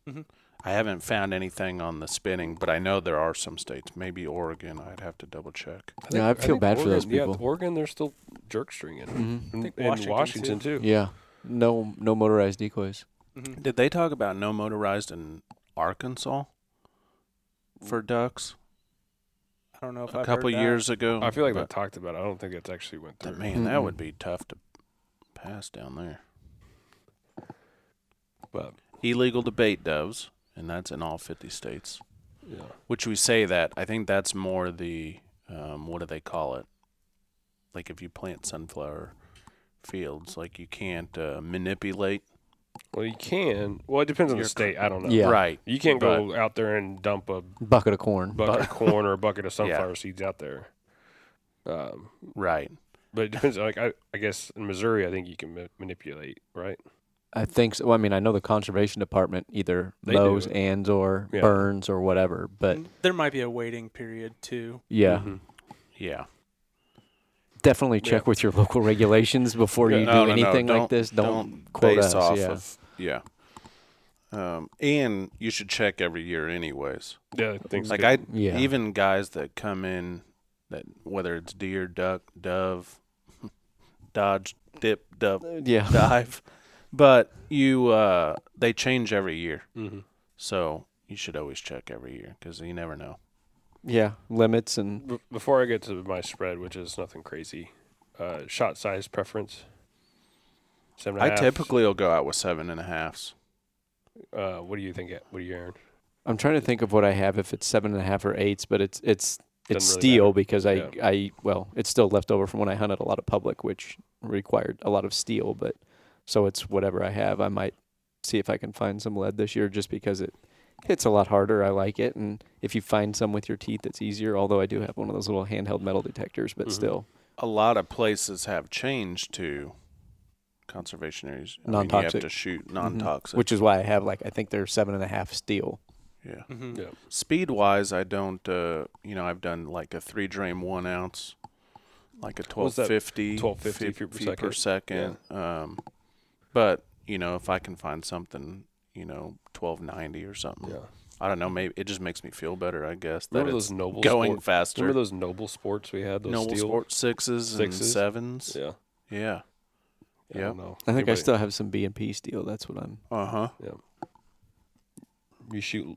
[SPEAKER 4] So
[SPEAKER 5] Mhm.
[SPEAKER 4] I haven't found anything on the spinning, but I know there are some states, maybe Oregon. I'd have to double check.
[SPEAKER 2] I
[SPEAKER 3] Yeah, I feel
[SPEAKER 2] think
[SPEAKER 3] bad for
[SPEAKER 2] Oregon-
[SPEAKER 3] those
[SPEAKER 2] Yeah,
[SPEAKER 3] people.
[SPEAKER 2] Oregon, they're still jerk stringing. it.
[SPEAKER 3] hmm
[SPEAKER 2] And,
[SPEAKER 5] think
[SPEAKER 2] and
[SPEAKER 5] Washington,
[SPEAKER 2] Washington, too.
[SPEAKER 3] Yeah, no, no motorized decoys.
[SPEAKER 5] hmm
[SPEAKER 4] Did they talk about no motorized in Arkansas for ducks
[SPEAKER 5] I don't know if
[SPEAKER 4] a
[SPEAKER 5] I've
[SPEAKER 4] couple
[SPEAKER 5] heard that.
[SPEAKER 4] years ago?
[SPEAKER 2] I feel like they
[SPEAKER 4] but
[SPEAKER 2] talked about. it. I don't think it's actually went through.
[SPEAKER 4] th- man, that
[SPEAKER 3] Mhm.
[SPEAKER 4] would be tough to pass down there.
[SPEAKER 2] But
[SPEAKER 4] Illegal to bait doves, and that's in all 50 states.
[SPEAKER 2] yeah,
[SPEAKER 4] Which we say that I think that's more the um, what do they call it? Like if you plant sunflower fields, like you can't uh, manipulate.
[SPEAKER 2] well, you can. Well, it <laughs> depends on
[SPEAKER 4] Your
[SPEAKER 2] the state. I don't know.
[SPEAKER 3] Yeah.
[SPEAKER 4] Right.
[SPEAKER 2] You can't go out there and dump a
[SPEAKER 3] Bucket of corn.
[SPEAKER 2] bucket
[SPEAKER 4] Bu-
[SPEAKER 2] of corn or a bucket of sunflower seeds out there. Um,
[SPEAKER 4] Right.
[SPEAKER 2] but it depends. Like I, I guess in Missouri, I think you can ma- manipulate, right?
[SPEAKER 3] I think so. Well, I mean, I know the conservation department either
[SPEAKER 2] They do
[SPEAKER 3] mows,
[SPEAKER 2] it.
[SPEAKER 3] and or
[SPEAKER 2] Yeah.
[SPEAKER 3] burns, or whatever. But
[SPEAKER 5] And Mm, there might be a waiting period too.
[SPEAKER 3] yeah,
[SPEAKER 4] Mm-hmm.
[SPEAKER 2] Mhm.
[SPEAKER 4] Yeah.
[SPEAKER 3] definitely check
[SPEAKER 2] Yeah.
[SPEAKER 3] with your local regulations before
[SPEAKER 2] Yeah.
[SPEAKER 3] you
[SPEAKER 4] No,
[SPEAKER 3] do
[SPEAKER 4] no, no.
[SPEAKER 3] anything like
[SPEAKER 4] Don't-
[SPEAKER 3] this. Don't,
[SPEAKER 4] Don't
[SPEAKER 3] quote
[SPEAKER 4] base
[SPEAKER 3] us,
[SPEAKER 4] off
[SPEAKER 3] yeah.
[SPEAKER 4] of yeah. Um, and you should check every year, anyways.
[SPEAKER 2] Yeah, I think so.
[SPEAKER 4] Like I
[SPEAKER 3] yeah,
[SPEAKER 4] even guys that come in that whether it's deer, duck, dove, <laughs> dodge, dip, dove, <laughs>
[SPEAKER 3] yeah,
[SPEAKER 4] dive, but you uh, they change every year.
[SPEAKER 2] hmm
[SPEAKER 4] So you should always check every year because you never know.
[SPEAKER 3] yeah. Limits and
[SPEAKER 2] B- before I get to my spread, which is nothing crazy, uh, shot size preference. Seven. and
[SPEAKER 4] I
[SPEAKER 2] a half.
[SPEAKER 4] typically will go out with seven and a halfs.
[SPEAKER 2] Uh, what do you think? What do you earn?
[SPEAKER 3] I'm trying to think of what I have if it's seven and a half or eights, but it's it's it's
[SPEAKER 2] Doesn't really
[SPEAKER 3] steel
[SPEAKER 2] matter.
[SPEAKER 3] because I
[SPEAKER 2] Yeah.
[SPEAKER 3] I well, it's still left over from when I hunted a lot of public, which required a lot of steel. But so it's whatever I have. I might see if I can find some lead this year, just because it hits a lot harder. I like it, and if you find some with your teeth, it's easier. Although I do have one of those little handheld metal detectors, but
[SPEAKER 2] Mhm.
[SPEAKER 3] still,
[SPEAKER 4] A lot of places have changed to conservation areas. I mean, you
[SPEAKER 3] Non-toxic. Mm-hmm.
[SPEAKER 4] have to shoot non-toxic.
[SPEAKER 3] which is why I have like I think they're seven and a half steel.
[SPEAKER 4] yeah.
[SPEAKER 5] hmm
[SPEAKER 2] Yeah.
[SPEAKER 4] Speed wise, I don't. Uh, you know, I've done like a three drain one ounce, like a twelve
[SPEAKER 2] What's that?
[SPEAKER 4] fifty,
[SPEAKER 2] 1250 feet per
[SPEAKER 4] per second. Um, but you know, if I can find something, you know, twelve ninety or something.
[SPEAKER 2] Yeah.
[SPEAKER 4] I don't know. Maybe it just makes me feel better. I guess that
[SPEAKER 2] Remember
[SPEAKER 4] it's
[SPEAKER 2] those noble
[SPEAKER 4] going
[SPEAKER 2] sport-
[SPEAKER 4] faster.
[SPEAKER 2] Remember those noble sports we had? Those
[SPEAKER 4] Noble
[SPEAKER 2] steel?
[SPEAKER 4] Sport sixes, and
[SPEAKER 2] Sixes?
[SPEAKER 4] sevens.
[SPEAKER 2] Yeah.
[SPEAKER 4] Yeah.
[SPEAKER 2] I
[SPEAKER 4] Yeah.
[SPEAKER 2] don't know.
[SPEAKER 3] I think I
[SPEAKER 2] Anybody-
[SPEAKER 3] still have some B and P steel. That's what I'm.
[SPEAKER 4] Uh huh.
[SPEAKER 2] You shoot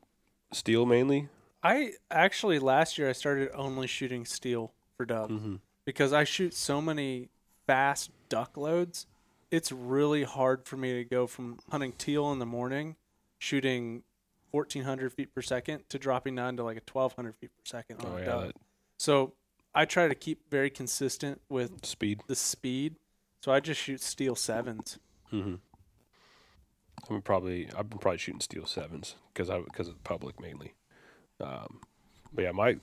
[SPEAKER 2] steel mainly?
[SPEAKER 5] I actually last year I started only shooting steel for dove.
[SPEAKER 2] Mm-hmm.
[SPEAKER 5] because I shoot so many fast duck loads. It's really hard for me to go from hunting teal in the morning, shooting 1400 feet per second, to dropping down to like a 1200 feet per second on
[SPEAKER 2] Oh
[SPEAKER 5] a
[SPEAKER 2] yeah,
[SPEAKER 5] duck.
[SPEAKER 2] that
[SPEAKER 5] So I try to keep very consistent with
[SPEAKER 2] speed.
[SPEAKER 5] the speed. So I just shoot steel sevens.
[SPEAKER 2] Mm-hmm. I'm probably I've been probably shooting steel sevens because I because of the public mainly. Um, but yeah, my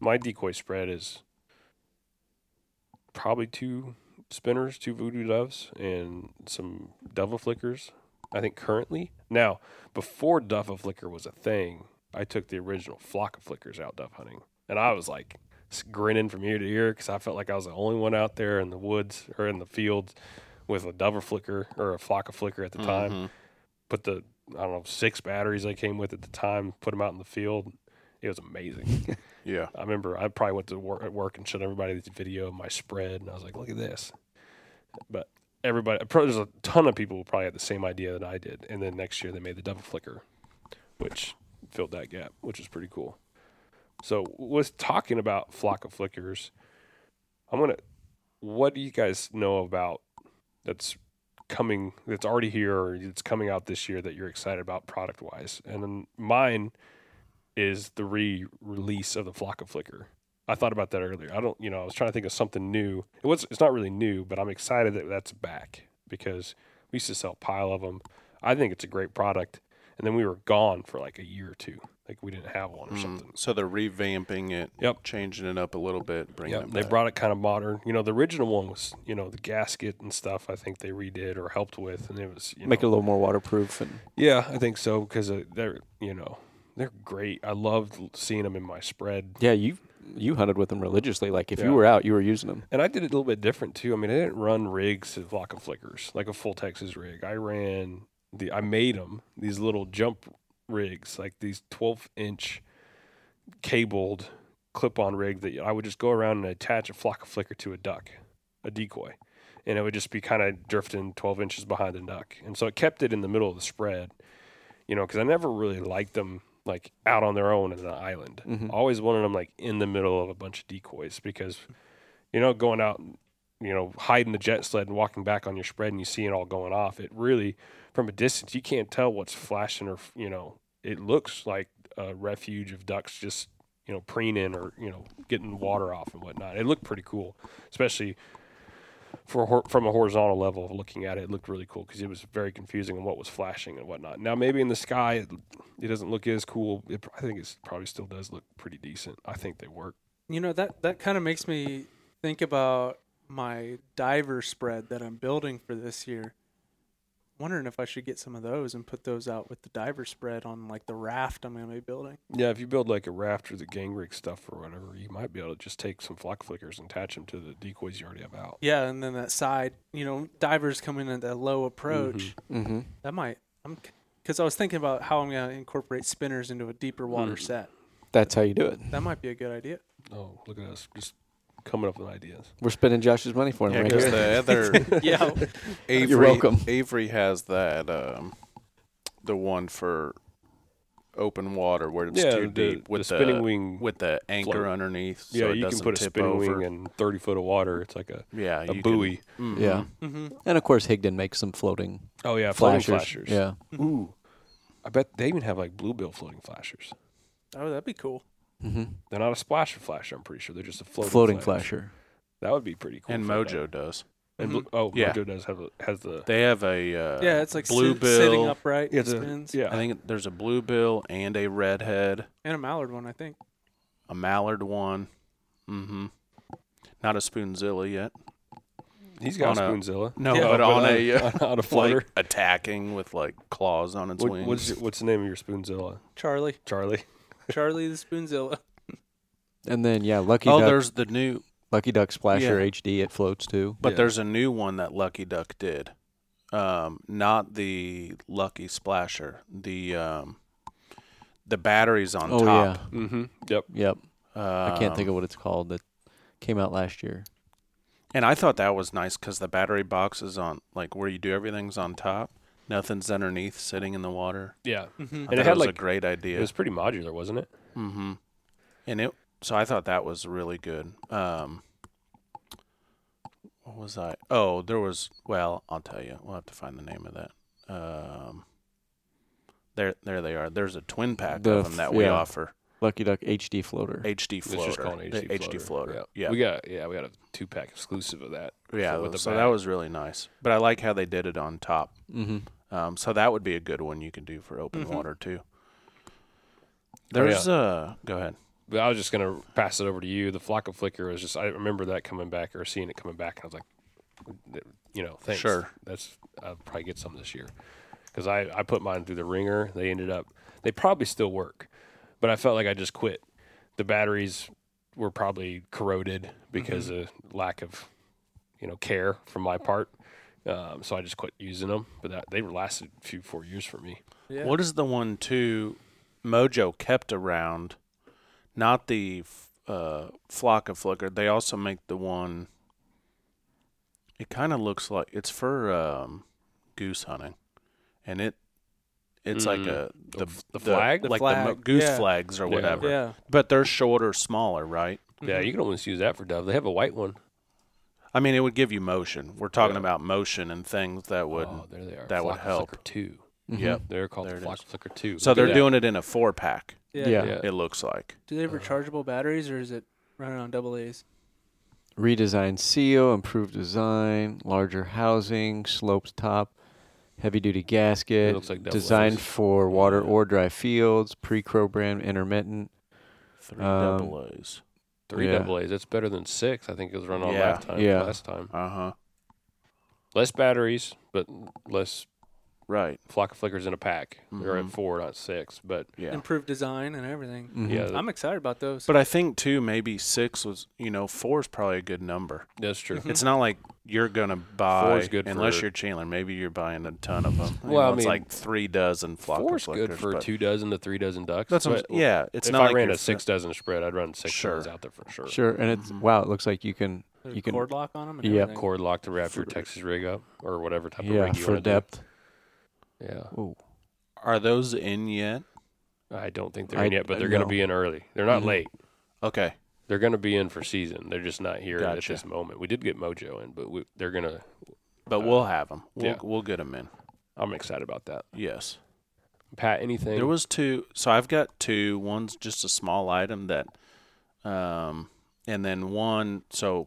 [SPEAKER 2] my decoy spread is probably two spinners, two voodoo doves, and some duffel flickers. I think currently now before duffel flicker was a thing, I took the original flock of flickers out duff hunting, and I was like s- grinning from ear to ear because I felt like I was the only one out there in the woods or in the fields with a dove or flicker or a flock of flicker at the time
[SPEAKER 4] Mhm.
[SPEAKER 2] put the I don't know six batteries I came with at the time, put them out in the field. It was amazing.
[SPEAKER 4] Yeah.
[SPEAKER 2] I remember I probably went to work at work and showed everybody this video of my spread, and I was like, "Look at this!" But everybody, probably there's a ton of people who probably had the same idea that I did, and then next year they made the double flicker, which filled that gap, which is pretty cool. So, was talking about flock of flickers. I'm gonna. What do you guys know about that's coming that's already here or it's coming out this year that you're excited about product wise. And then mine is the re release of the Flock of Flicker. I thought about that earlier. I don't, you know, I was trying to think of something new. It was, it's not really new, but I'm excited that that's back because we used to sell a pile of them. I think it's a great product. And then we were gone for like a year or two. Like we didn't have one or
[SPEAKER 4] Mm.
[SPEAKER 2] something.
[SPEAKER 4] So they're revamping it.
[SPEAKER 2] Yep.
[SPEAKER 4] Changing it up a little bit. Bringing
[SPEAKER 2] Yeah,
[SPEAKER 4] it
[SPEAKER 2] they
[SPEAKER 4] back.
[SPEAKER 2] brought it kind of modern. You know, the original one was, you know, the gasket and stuff. I think they redid or helped with, and it was you
[SPEAKER 3] Make it
[SPEAKER 2] know,
[SPEAKER 3] a little more waterproof and
[SPEAKER 2] Yeah, I think so because they're you know they're great. I loved l- seeing them in my spread,
[SPEAKER 3] yeah, you you hunted with them religiously. Like if
[SPEAKER 2] Yeah.
[SPEAKER 3] you were out, you were using them.
[SPEAKER 2] and I did it a little bit different too. I mean, I didn't run rigs to flock of flickers like a full Texas rig. I ran the I made them these little jump rigs like these twelve inch cabled clip on rig that I would just go around and attach a flock of flicker to a duck, a decoy, and it would just be kind of drifting 12 inches behind the duck. And so it kept it in the middle of the spread, you know, because I never really liked them like out on their own in an island.
[SPEAKER 3] Mhm.
[SPEAKER 2] I always wanted them like in the middle of a bunch of decoys because, you know, going out, and, you know, hiding the jet sled and walking back on your spread and you see it all going off, it really, from a distance, you can't tell what's flashing or, you know, it looks like a refuge of ducks just you know, preening or you know, getting water off and whatnot. It looked pretty cool, especially for a hor- from a horizontal level of looking at it. It looked really cool because it was very confusing on what was flashing and whatnot. Now maybe in the sky it, it doesn't look as cool. It, pr- I think it probably still does look pretty decent. I think they work.
[SPEAKER 5] You know that that kind of makes me think about my diver spread that I'm building for this year. Wondering if I should get some of those and put those out with the diver spread on like the raft I'm gonna be building.
[SPEAKER 2] Yeah, if you build like a raft or the gang rig stuff or whatever, you might be able to just take some flock flickers and attach them to the decoys you already have out.
[SPEAKER 5] Yeah, and then that side, you know, divers coming at that low approach.
[SPEAKER 3] Mm-hmm.
[SPEAKER 5] That might I'm because I was thinking about how I'm gonna incorporate spinners into a deeper water
[SPEAKER 2] Mhm.
[SPEAKER 5] set.
[SPEAKER 3] That's how you do it.
[SPEAKER 5] That might be a
[SPEAKER 2] <laughs>
[SPEAKER 5] good idea.
[SPEAKER 2] Oh, look at us just coming up with ideas.
[SPEAKER 3] We're spending Josh's money for him
[SPEAKER 4] Yeah,
[SPEAKER 3] right
[SPEAKER 4] because
[SPEAKER 3] here.
[SPEAKER 2] <laughs>
[SPEAKER 4] the other
[SPEAKER 5] <laughs> yeah,
[SPEAKER 4] Avery,
[SPEAKER 3] welcome.
[SPEAKER 4] Avery has that um, the one for open water where it's
[SPEAKER 2] yeah,
[SPEAKER 4] too
[SPEAKER 2] the,
[SPEAKER 4] deep with
[SPEAKER 2] the spinning
[SPEAKER 4] the
[SPEAKER 2] wing
[SPEAKER 4] with the anchor
[SPEAKER 2] float.
[SPEAKER 4] underneath. So
[SPEAKER 2] yeah,
[SPEAKER 4] it
[SPEAKER 2] you can
[SPEAKER 4] doesn't
[SPEAKER 2] put a
[SPEAKER 4] tip
[SPEAKER 2] spinning
[SPEAKER 4] over.
[SPEAKER 2] wing in 30 foot of water. It's like a,
[SPEAKER 4] yeah,
[SPEAKER 2] a
[SPEAKER 4] you can-
[SPEAKER 2] buoy.
[SPEAKER 4] mhm.
[SPEAKER 3] Yeah.
[SPEAKER 5] hmm
[SPEAKER 2] Uh,
[SPEAKER 3] And of course, Higdon makes some floating
[SPEAKER 2] Oh, yeah, floating
[SPEAKER 3] flashers.
[SPEAKER 2] flashers.
[SPEAKER 3] Yeah,
[SPEAKER 2] Ooh. I bet they even have like bluebill floating flashers.
[SPEAKER 5] Oh, that'd be cool.
[SPEAKER 3] hmm
[SPEAKER 2] They're not a splasher flasher, I'm pretty sure. They're just a floating,
[SPEAKER 3] floating, flasher.
[SPEAKER 2] That would be pretty cool.
[SPEAKER 4] And
[SPEAKER 2] if they had
[SPEAKER 4] Mojo does.
[SPEAKER 2] that. And
[SPEAKER 5] Mhm.
[SPEAKER 2] Blue- oh,
[SPEAKER 4] Yeah.
[SPEAKER 2] Mojo does have a, has the
[SPEAKER 4] They have a uh,
[SPEAKER 5] yeah, it's like sit-
[SPEAKER 4] bluebill.
[SPEAKER 5] sitting upright,
[SPEAKER 2] yeah,
[SPEAKER 5] and
[SPEAKER 2] the-
[SPEAKER 5] spins,
[SPEAKER 2] yeah.
[SPEAKER 4] I think there's a bluebill and a redhead,
[SPEAKER 5] and a mallard one, I think.
[SPEAKER 4] a mallard one. Mm-hmm. Not a spoonzilla yet.
[SPEAKER 2] he's got a
[SPEAKER 4] on a-
[SPEAKER 2] spoonzilla.
[SPEAKER 4] No,
[SPEAKER 5] Yeah.
[SPEAKER 4] but on a uh,
[SPEAKER 2] <laughs> on a
[SPEAKER 4] like
[SPEAKER 2] flutter.
[SPEAKER 4] attacking with like claws on its
[SPEAKER 2] What-
[SPEAKER 4] wings.
[SPEAKER 2] what's your- what's the name of your spoonzilla,
[SPEAKER 5] Charlie,
[SPEAKER 2] Charlie?
[SPEAKER 5] Charlie the Spoonzilla. <laughs>
[SPEAKER 3] And then yeah, Lucky
[SPEAKER 4] oh,
[SPEAKER 3] Duck,
[SPEAKER 4] there's the new,
[SPEAKER 3] Lucky Duck Splasher
[SPEAKER 4] Yeah.
[SPEAKER 3] HD. It floats too.
[SPEAKER 4] but
[SPEAKER 2] Yeah.
[SPEAKER 4] there's a new one that Lucky Duck did. Um, not the Lucky Splasher. The um, the batteries on
[SPEAKER 3] oh
[SPEAKER 4] top. Um,
[SPEAKER 2] Mm-hmm. Yep.
[SPEAKER 3] yeah, yep.
[SPEAKER 4] Yeah.
[SPEAKER 3] I can't think of what it's called. That came out last year.
[SPEAKER 4] And I thought that was nice because the battery box is on like where you do everything's on top. Nothing's underneath, sitting in the water.
[SPEAKER 2] Yeah.
[SPEAKER 4] I
[SPEAKER 5] Mhm.
[SPEAKER 2] And it
[SPEAKER 4] thought
[SPEAKER 2] had,
[SPEAKER 4] was
[SPEAKER 2] like-
[SPEAKER 4] a great idea.
[SPEAKER 2] It was pretty modular, wasn't it?
[SPEAKER 4] Mm-hmm. And it so I thought that was really good. Um, what was I? Oh, there was. Well, I'll tell you. We'll have to find the name of that. Um, there, there they are. There's a twin pack
[SPEAKER 3] The
[SPEAKER 4] of them that
[SPEAKER 3] f-
[SPEAKER 4] we
[SPEAKER 3] yeah.
[SPEAKER 4] offer.
[SPEAKER 3] Lucky Duck HD floater.
[SPEAKER 4] HD
[SPEAKER 2] Let's
[SPEAKER 4] floater.
[SPEAKER 2] just call it an
[SPEAKER 4] The
[SPEAKER 2] HD,
[SPEAKER 4] HD floater. Yeah,
[SPEAKER 2] we got yeah, we got a two pack exclusive of that.
[SPEAKER 4] yeah.
[SPEAKER 2] for- with the
[SPEAKER 4] so
[SPEAKER 2] back.
[SPEAKER 4] that was really nice. But I like how they did it on top.
[SPEAKER 3] Mm-hmm.
[SPEAKER 4] Um, so that would be a good one you can do for open
[SPEAKER 5] Mhm.
[SPEAKER 4] water too.
[SPEAKER 2] Oh, yeah.
[SPEAKER 4] There's uh go ahead.
[SPEAKER 2] But I was just gonna pass it over to you. The flock of flicker was just I remember that coming back or seeing it coming back, and I was like, you know, thanks.
[SPEAKER 4] Sure.
[SPEAKER 2] that's I'll probably get some this year because I I put mine through the ringer. They ended up they probably still work, but I felt like I just quit. The batteries were probably corroded because of lack of you know care from my part. Um, so I just quit using them, but that, they lasted a few four years for me.
[SPEAKER 5] Yeah.
[SPEAKER 4] What is the one too? Mojo kept around, not the f- uh, flock of flicker. They also make the one. It kind of looks like it's for um, goose hunting, and it it's like
[SPEAKER 2] Mm.
[SPEAKER 4] a the
[SPEAKER 2] The, the flag,
[SPEAKER 5] the
[SPEAKER 4] like the mo-
[SPEAKER 5] flag,
[SPEAKER 4] goose
[SPEAKER 5] yeah.
[SPEAKER 4] flags or
[SPEAKER 2] Yeah. Mm-hmm.
[SPEAKER 4] whatever.
[SPEAKER 5] Yeah.
[SPEAKER 4] But they're shorter, smaller, right?
[SPEAKER 2] yeah,
[SPEAKER 5] Mm-hmm.
[SPEAKER 2] you can almost use that for dove. They have a white one.
[SPEAKER 4] I mean, it would give you motion. We're talking
[SPEAKER 2] Yeah.
[SPEAKER 4] about motion and things that would.
[SPEAKER 2] Oh, there they are.
[SPEAKER 4] that would
[SPEAKER 2] Flock
[SPEAKER 4] help.
[SPEAKER 2] Flicker two.
[SPEAKER 3] Mm-hmm.
[SPEAKER 4] Yep.
[SPEAKER 2] They're called
[SPEAKER 4] There it
[SPEAKER 2] Flock
[SPEAKER 4] is.
[SPEAKER 2] Flicker two.
[SPEAKER 4] So they're
[SPEAKER 2] Yeah.
[SPEAKER 4] doing it in a four pack.
[SPEAKER 5] Yeah.
[SPEAKER 3] Yeah.
[SPEAKER 2] Yeah.
[SPEAKER 4] It looks like.
[SPEAKER 5] Do they have rechargeable batteries or is it running on double A's?
[SPEAKER 3] Redesigned seal, improved design, larger housing, sloped top, heavy duty gasket.
[SPEAKER 2] looks like double
[SPEAKER 3] designed
[SPEAKER 2] A's.
[SPEAKER 3] for water
[SPEAKER 2] Yeah.
[SPEAKER 3] or dry fields. Pre Crow brand intermittent.
[SPEAKER 4] Three
[SPEAKER 3] Um,
[SPEAKER 4] double A's.
[SPEAKER 2] three
[SPEAKER 3] Yeah.
[SPEAKER 2] double A's. That's better than six. I think it was run on
[SPEAKER 4] Yeah.
[SPEAKER 2] last time.
[SPEAKER 3] Yeah.
[SPEAKER 2] Last time,
[SPEAKER 4] Uh huh.
[SPEAKER 2] less batteries, but less
[SPEAKER 4] Right.
[SPEAKER 2] Flock of Flickers in a pack. They're at
[SPEAKER 4] Mhm.
[SPEAKER 2] four, not six. But
[SPEAKER 4] Yeah.
[SPEAKER 5] Improved design and everything.
[SPEAKER 3] Mhm.
[SPEAKER 2] yeah,
[SPEAKER 5] I'm excited about those.
[SPEAKER 4] But I think too, maybe six was, you know, four is probably a good number.
[SPEAKER 2] that's true.
[SPEAKER 4] It's not like you're gonna buy
[SPEAKER 2] Four's good
[SPEAKER 4] unless
[SPEAKER 2] for-
[SPEAKER 4] you're Chandler. Maybe you're buying a ton of them.
[SPEAKER 2] Well, I
[SPEAKER 4] it's
[SPEAKER 2] mean,
[SPEAKER 4] like three dozen flock of
[SPEAKER 2] Four's good
[SPEAKER 4] flickers,
[SPEAKER 2] for
[SPEAKER 4] but
[SPEAKER 2] two dozen to three dozen ducks.
[SPEAKER 4] That's what I'm-
[SPEAKER 2] but
[SPEAKER 4] yeah. It's
[SPEAKER 2] if
[SPEAKER 4] not
[SPEAKER 2] I
[SPEAKER 4] like
[SPEAKER 2] ran
[SPEAKER 4] you're
[SPEAKER 2] a six dozen spread, I'd run six
[SPEAKER 4] Sure.
[SPEAKER 2] dozen out there for sure.
[SPEAKER 3] Sure. And
[SPEAKER 2] Mm-hmm.
[SPEAKER 3] it's wow, it looks like you can
[SPEAKER 5] There's
[SPEAKER 3] you can-
[SPEAKER 5] cord lock on them. And
[SPEAKER 3] Yep.
[SPEAKER 5] everything.
[SPEAKER 2] Cord lock to wrap your Texas rig up or whatever type of
[SPEAKER 3] yeah,
[SPEAKER 2] rig you
[SPEAKER 3] for
[SPEAKER 2] wanna do.
[SPEAKER 3] depth.
[SPEAKER 2] Yeah.
[SPEAKER 3] Ooh.
[SPEAKER 4] Are those in yet?
[SPEAKER 2] I don't think they're
[SPEAKER 3] I-
[SPEAKER 2] in yet, but
[SPEAKER 3] I
[SPEAKER 2] they're going to
[SPEAKER 3] know.
[SPEAKER 2] be in early. They're not
[SPEAKER 4] Mm-hmm.
[SPEAKER 3] Mhm.
[SPEAKER 2] late.
[SPEAKER 4] Okay.
[SPEAKER 2] They're going to be in for season. They're just not here
[SPEAKER 4] Gotcha.
[SPEAKER 2] at this moment. We did get Mojo in, but we, they're going to.
[SPEAKER 4] But
[SPEAKER 2] Uh,
[SPEAKER 4] we'll have them. We'll
[SPEAKER 2] yeah.
[SPEAKER 4] we'll get them in.
[SPEAKER 2] I'm excited about that.
[SPEAKER 4] Yes.
[SPEAKER 2] Pat, anything?
[SPEAKER 4] There was two. So I've got two. One's just a small item that, um, and then one. So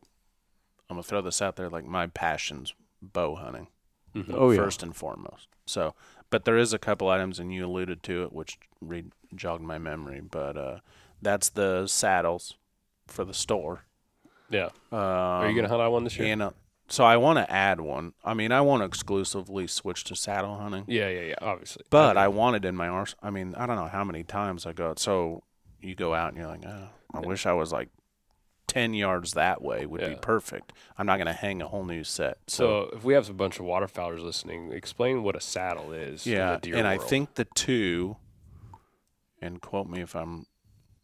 [SPEAKER 4] I'm gonna throw this out there. Like my passions, bow hunting,
[SPEAKER 2] Mhm.
[SPEAKER 3] Oh yeah.
[SPEAKER 4] first and foremost. So, but there is a couple items, and you alluded to it, which re- jogged my memory. But uh, that's the saddles for the store.
[SPEAKER 2] Yeah.
[SPEAKER 4] Um,
[SPEAKER 2] Are you going to hunt out one this year?
[SPEAKER 4] And uh, so I want to add one. I mean, I want to exclusively switch to saddle hunting.
[SPEAKER 2] yeah, yeah, yeah. Obviously.
[SPEAKER 4] But I wanted in my arsenal. I mean, I don't know how many times I got. So you go out and you're like, oh, I wish I was like ten yards that way would be
[SPEAKER 2] Yeah.
[SPEAKER 4] perfect. I'm not gonna hang a whole new set. So,
[SPEAKER 2] So if we have a bunch of waterfowlers listening, explain what a saddle is. in
[SPEAKER 4] yeah,
[SPEAKER 2] the deer
[SPEAKER 4] and I
[SPEAKER 2] world.
[SPEAKER 4] think the two, and quote me if I'm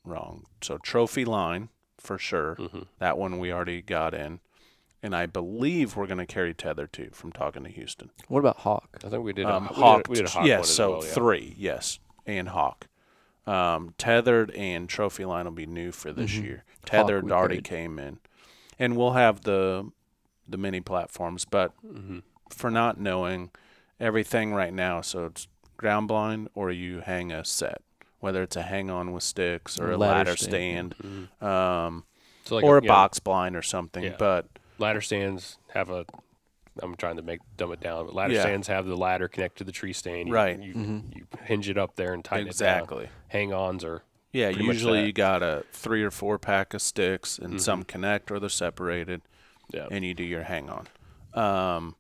[SPEAKER 4] wrong. So trophy line for sure.
[SPEAKER 2] Mhm.
[SPEAKER 4] That one we already got in, and I believe we're gonna carry tether too from talking to Houston.
[SPEAKER 3] What about Hawk?
[SPEAKER 2] I think we did
[SPEAKER 4] um,
[SPEAKER 2] a
[SPEAKER 4] hawk.
[SPEAKER 2] We did, a- we did a hawk
[SPEAKER 4] yes,
[SPEAKER 2] one as
[SPEAKER 4] so
[SPEAKER 2] well, yeah.
[SPEAKER 4] three, yes, and hawk. Um, tethered and trophy line will be new for this
[SPEAKER 2] Mm-hmm.
[SPEAKER 3] Mhm.
[SPEAKER 4] year. Tethered
[SPEAKER 3] we
[SPEAKER 4] already
[SPEAKER 3] carried.
[SPEAKER 4] came in, and we'll have the the mini platforms. But
[SPEAKER 2] Mhm.
[SPEAKER 4] for not knowing everything right now, so it's ground blind or you hang a set, whether it's a hang on with sticks or a ladder,
[SPEAKER 3] Ladder
[SPEAKER 4] stand,
[SPEAKER 3] stand,
[SPEAKER 2] Mhm.
[SPEAKER 4] um,
[SPEAKER 2] So like
[SPEAKER 4] or a
[SPEAKER 2] yeah,
[SPEAKER 4] box blind or something.
[SPEAKER 2] Yeah.
[SPEAKER 4] But
[SPEAKER 2] Ladder stands have a. I'm trying to make dumb it down, but ladder
[SPEAKER 4] Yeah.
[SPEAKER 2] stands have the ladder connected to the tree stand. You,
[SPEAKER 4] Right.
[SPEAKER 2] You,
[SPEAKER 4] Mm-hmm.
[SPEAKER 3] Mhm.
[SPEAKER 2] you hinge it up there and tighten it
[SPEAKER 4] exactly.
[SPEAKER 2] down. Hang ons or
[SPEAKER 4] Yeah,
[SPEAKER 2] Pretty much
[SPEAKER 4] usually
[SPEAKER 2] that.
[SPEAKER 4] you got a three or four pack of sticks, and
[SPEAKER 2] Mhm.
[SPEAKER 4] some connect or they're separated,
[SPEAKER 2] yeah.
[SPEAKER 4] and you do your hang on. Um,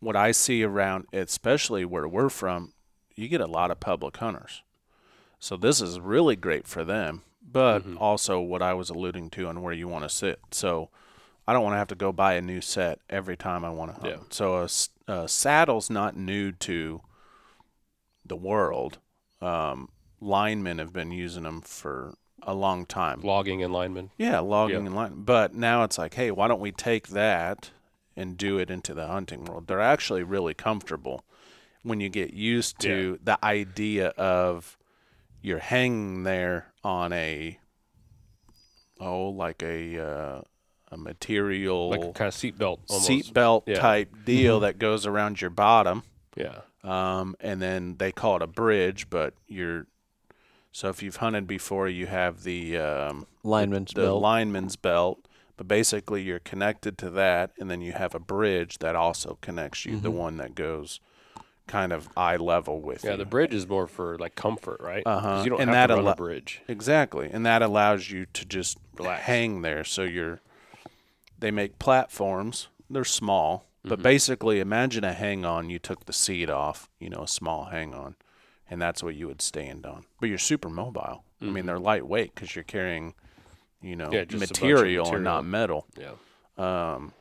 [SPEAKER 4] what I see around, especially where we're from, you get a lot of public hunters. So this is really great for them, but
[SPEAKER 2] Mhm.
[SPEAKER 4] also what I was alluding to on where you want to sit. So I don't want to have to go buy a new set every time I want to hunt.
[SPEAKER 2] Yeah.
[SPEAKER 4] So a, s- a saddle's not new to the world. Um, linemen have been using them for a long time.
[SPEAKER 2] logging and linemen.
[SPEAKER 4] Yeah, logging
[SPEAKER 2] Yeah.
[SPEAKER 4] and line. But now it's like, hey, why don't we take that and do it into the hunting world? They're actually really comfortable when you get used to the idea of you're hanging there on a oh, like a uh, a material
[SPEAKER 2] like a kind of seatbelt almost.
[SPEAKER 4] seatbelt
[SPEAKER 2] Yeah. Mm-hmm.
[SPEAKER 4] type deal that goes around your bottom.
[SPEAKER 2] Yeah.
[SPEAKER 4] Um, and then they call it a bridge, but you're so if you've hunted before, you have the um,
[SPEAKER 3] Lineman's
[SPEAKER 4] the
[SPEAKER 3] belt.
[SPEAKER 4] lineman's belt, but basically you're connected to that, and then you have a bridge that also connects you, the one that goes kind of eye level with
[SPEAKER 2] Mm-hmm. Yeah,
[SPEAKER 4] you.
[SPEAKER 2] the bridge is more for like comfort, right? 'Cause
[SPEAKER 4] Uh-huh.
[SPEAKER 2] You don't
[SPEAKER 4] And
[SPEAKER 2] have
[SPEAKER 4] that
[SPEAKER 2] to run
[SPEAKER 4] allo-
[SPEAKER 2] a bridge.
[SPEAKER 4] Exactly, and that allows you to just
[SPEAKER 2] Relax.
[SPEAKER 4] hang there. So you're, they make platforms. They're small,
[SPEAKER 2] Mm-hmm.
[SPEAKER 4] but basically, imagine a hang-on. You took the seat off, you know, a small hang-on, and that's what you would stand on. But you're super mobile. I mean, they're lightweight because you're carrying, you know,
[SPEAKER 2] Mm-hmm. Yeah, just a bunch of
[SPEAKER 4] material, and not
[SPEAKER 2] material.
[SPEAKER 4] metal.
[SPEAKER 2] Yeah.
[SPEAKER 4] Um,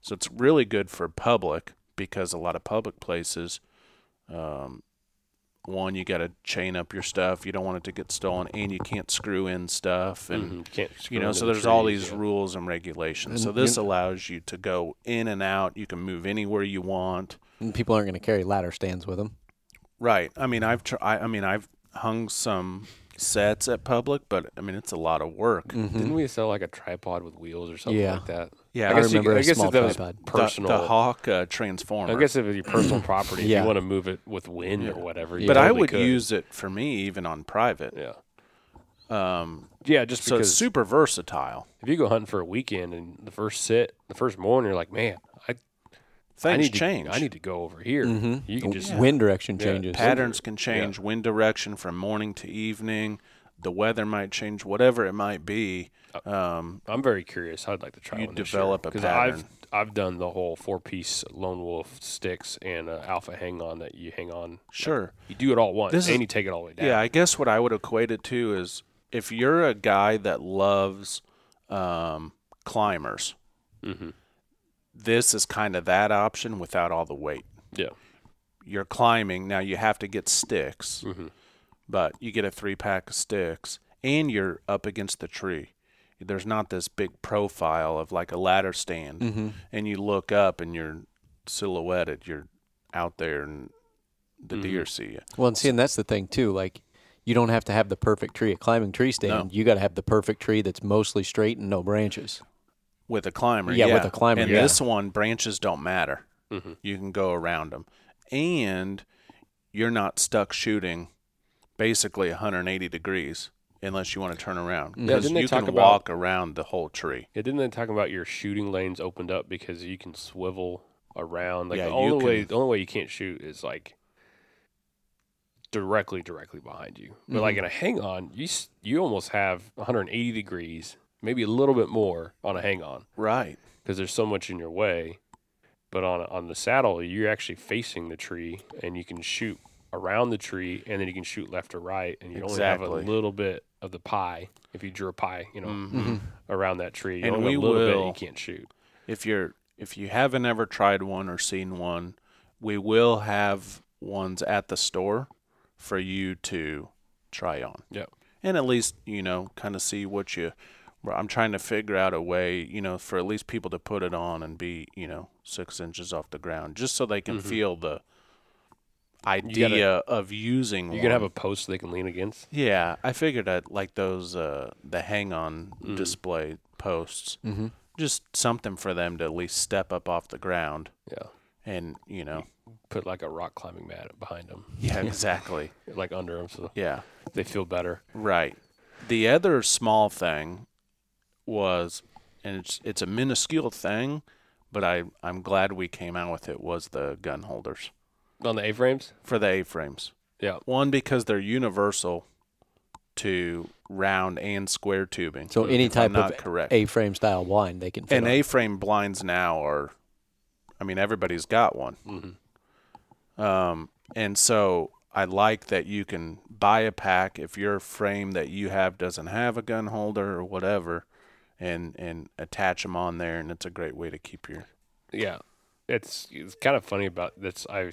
[SPEAKER 4] so it's really good for public because a lot of public places, um, one, you got to chain up your stuff. You don't want it to get stolen, and you can't screw in stuff, and
[SPEAKER 2] Mhm. You can't. screw
[SPEAKER 4] you know.
[SPEAKER 2] into
[SPEAKER 4] So
[SPEAKER 2] the
[SPEAKER 4] there's all
[SPEAKER 2] trees,
[SPEAKER 4] these
[SPEAKER 2] yeah.
[SPEAKER 4] rules and regulations. so
[SPEAKER 3] And you-
[SPEAKER 4] this allows you to go in and out. You can move anywhere you want.
[SPEAKER 3] And people aren't going to carry ladder stands with them.
[SPEAKER 4] Right. I mean, I've tr- I, I mean, I've hung some sets at public, but I mean, it's a lot of work.
[SPEAKER 3] Mm-hmm.
[SPEAKER 2] Didn't we sell like a tripod with wheels or something
[SPEAKER 3] Yeah.
[SPEAKER 2] like that?
[SPEAKER 4] Mm-hmm. Yeah,
[SPEAKER 2] I
[SPEAKER 4] I
[SPEAKER 2] guess
[SPEAKER 3] remember
[SPEAKER 2] you,
[SPEAKER 3] a
[SPEAKER 2] I guess
[SPEAKER 3] small
[SPEAKER 2] if that was
[SPEAKER 3] tripod. The-
[SPEAKER 2] personal.
[SPEAKER 4] The, the Hawk uh, Transformer.
[SPEAKER 2] I guess if it's your
[SPEAKER 4] <clears throat>
[SPEAKER 2] personal property, if
[SPEAKER 3] Yeah.
[SPEAKER 2] you want to move it with wind or whatever. you
[SPEAKER 4] but I
[SPEAKER 2] totally
[SPEAKER 4] would
[SPEAKER 2] could.
[SPEAKER 4] use it for me even on private.
[SPEAKER 2] Yeah.
[SPEAKER 4] Um,
[SPEAKER 2] Yeah, just
[SPEAKER 4] so it's
[SPEAKER 2] because
[SPEAKER 4] super versatile.
[SPEAKER 2] if you go hunting for a weekend and the first sit, the first morning, you're like, man, I, I
[SPEAKER 4] Things
[SPEAKER 2] need
[SPEAKER 4] change. Mm-hmm.
[SPEAKER 2] To, I need to go over here. You can just
[SPEAKER 3] Wind direction
[SPEAKER 2] Mm-hmm. Yeah.
[SPEAKER 3] changes.
[SPEAKER 4] patterns can change, wind direction from morning to evening. The weather might change, whatever it might be. Um,
[SPEAKER 2] I'm very curious. I'd like to try
[SPEAKER 4] You
[SPEAKER 2] one this
[SPEAKER 4] develop
[SPEAKER 2] year,
[SPEAKER 4] a
[SPEAKER 2] 'cause
[SPEAKER 4] pattern.
[SPEAKER 2] I've I've done the whole four piece lone wolf sticks and uh, alpha hang on that you hang on.
[SPEAKER 4] sure.
[SPEAKER 2] You do it all at once
[SPEAKER 4] This
[SPEAKER 2] and
[SPEAKER 4] is-
[SPEAKER 2] you take it all the way down.
[SPEAKER 4] Yeah, I guess what I would equate it to is if you're a guy that loves um, climbers,
[SPEAKER 2] Mhm.
[SPEAKER 4] this is kind of that option without all the weight.
[SPEAKER 2] Yeah.
[SPEAKER 4] You're climbing now. You have to get sticks,
[SPEAKER 2] Mhm.
[SPEAKER 4] but you get a three pack of sticks, and you're up against the tree. There's not this big profile of like a ladder stand, and you look up and you're silhouetted. You're out there, and the deer see you.
[SPEAKER 3] Well, and see, and that's the thing too. Like, you don't have to have the perfect tree, a climbing tree stand. You got to have the perfect tree that's mostly straight and no branches.
[SPEAKER 4] With a climber,
[SPEAKER 3] Yeah, with a climber,
[SPEAKER 4] And
[SPEAKER 3] yeah.
[SPEAKER 4] this one, branches don't matter.
[SPEAKER 2] mm-hmm.
[SPEAKER 4] You can go around them, and you're not stuck shooting basically 180 degrees unless you want to turn around because
[SPEAKER 2] didn't they
[SPEAKER 4] you
[SPEAKER 2] talk
[SPEAKER 4] can
[SPEAKER 2] about-
[SPEAKER 4] walk around the whole tree.
[SPEAKER 2] Yeah, didn't they talk about your shooting lanes opened up because you can swivel around? Like
[SPEAKER 4] Yeah,
[SPEAKER 2] the
[SPEAKER 4] you
[SPEAKER 2] only way
[SPEAKER 4] can-
[SPEAKER 2] the only way you can't shoot is like directly directly behind you. But
[SPEAKER 4] Mm-hmm.
[SPEAKER 2] like in a hang on, you s- you almost have 180 degrees, maybe a little bit more on a hang on
[SPEAKER 4] Right.
[SPEAKER 2] because there's so much in your way. But on on the saddle, you're actually facing the tree and you can shoot around the tree and then you can shoot left or right and you only
[SPEAKER 4] Exactly. Mm-hmm.
[SPEAKER 2] have a little bit of the pie if you drew a pie, you know, around that tree. You
[SPEAKER 4] And
[SPEAKER 2] only have
[SPEAKER 4] we
[SPEAKER 2] a little bit
[SPEAKER 4] will-
[SPEAKER 2] you can't shoot.
[SPEAKER 4] if you're if you haven't ever tried one or seen one, we will have ones at the store for you to try on.
[SPEAKER 2] Yep.
[SPEAKER 4] And at least, you know, kind of see what you well, I'm trying to figure out a way, you know, for at least people to put it on and be, you know, six inches off the ground, just so they can feel the idea
[SPEAKER 2] Mm-hmm. gotta-
[SPEAKER 4] of using
[SPEAKER 2] You
[SPEAKER 4] one.
[SPEAKER 2] can have a post they can lean against.
[SPEAKER 4] Yeah, I figured I'd like those uh the hang on
[SPEAKER 3] Mm-hmm.
[SPEAKER 4] display posts. Mm-hmm. Just something for them to at least step up off the ground
[SPEAKER 2] Yeah.
[SPEAKER 4] and, you
[SPEAKER 3] <laughs>
[SPEAKER 4] know.
[SPEAKER 2] Put like a rock climbing mat behind them,
[SPEAKER 4] Yeah, <laughs> exactly.
[SPEAKER 2] like under them, so
[SPEAKER 4] yeah.
[SPEAKER 2] they feel better.
[SPEAKER 4] Right. The other small thing was and it's it's a minuscule thing, but I I'm glad we came out with it was the gun holders
[SPEAKER 2] On the A frames?
[SPEAKER 4] for the A-frames.
[SPEAKER 2] Yeah.
[SPEAKER 4] One because they're universal to round and square tubing.
[SPEAKER 3] So any
[SPEAKER 4] if I'm
[SPEAKER 3] type of
[SPEAKER 4] not correct.
[SPEAKER 3] A-frame style blind, they can. Fit
[SPEAKER 4] and
[SPEAKER 3] on.
[SPEAKER 4] A-frame blinds now are, I mean, everybody's got one. Um, and so I like that you can buy a pack if your frame that you have doesn't have a gun holder or whatever, and and attach them on there, and it's a great way to keep your.
[SPEAKER 2] Yeah, it's it's kind of funny about this. I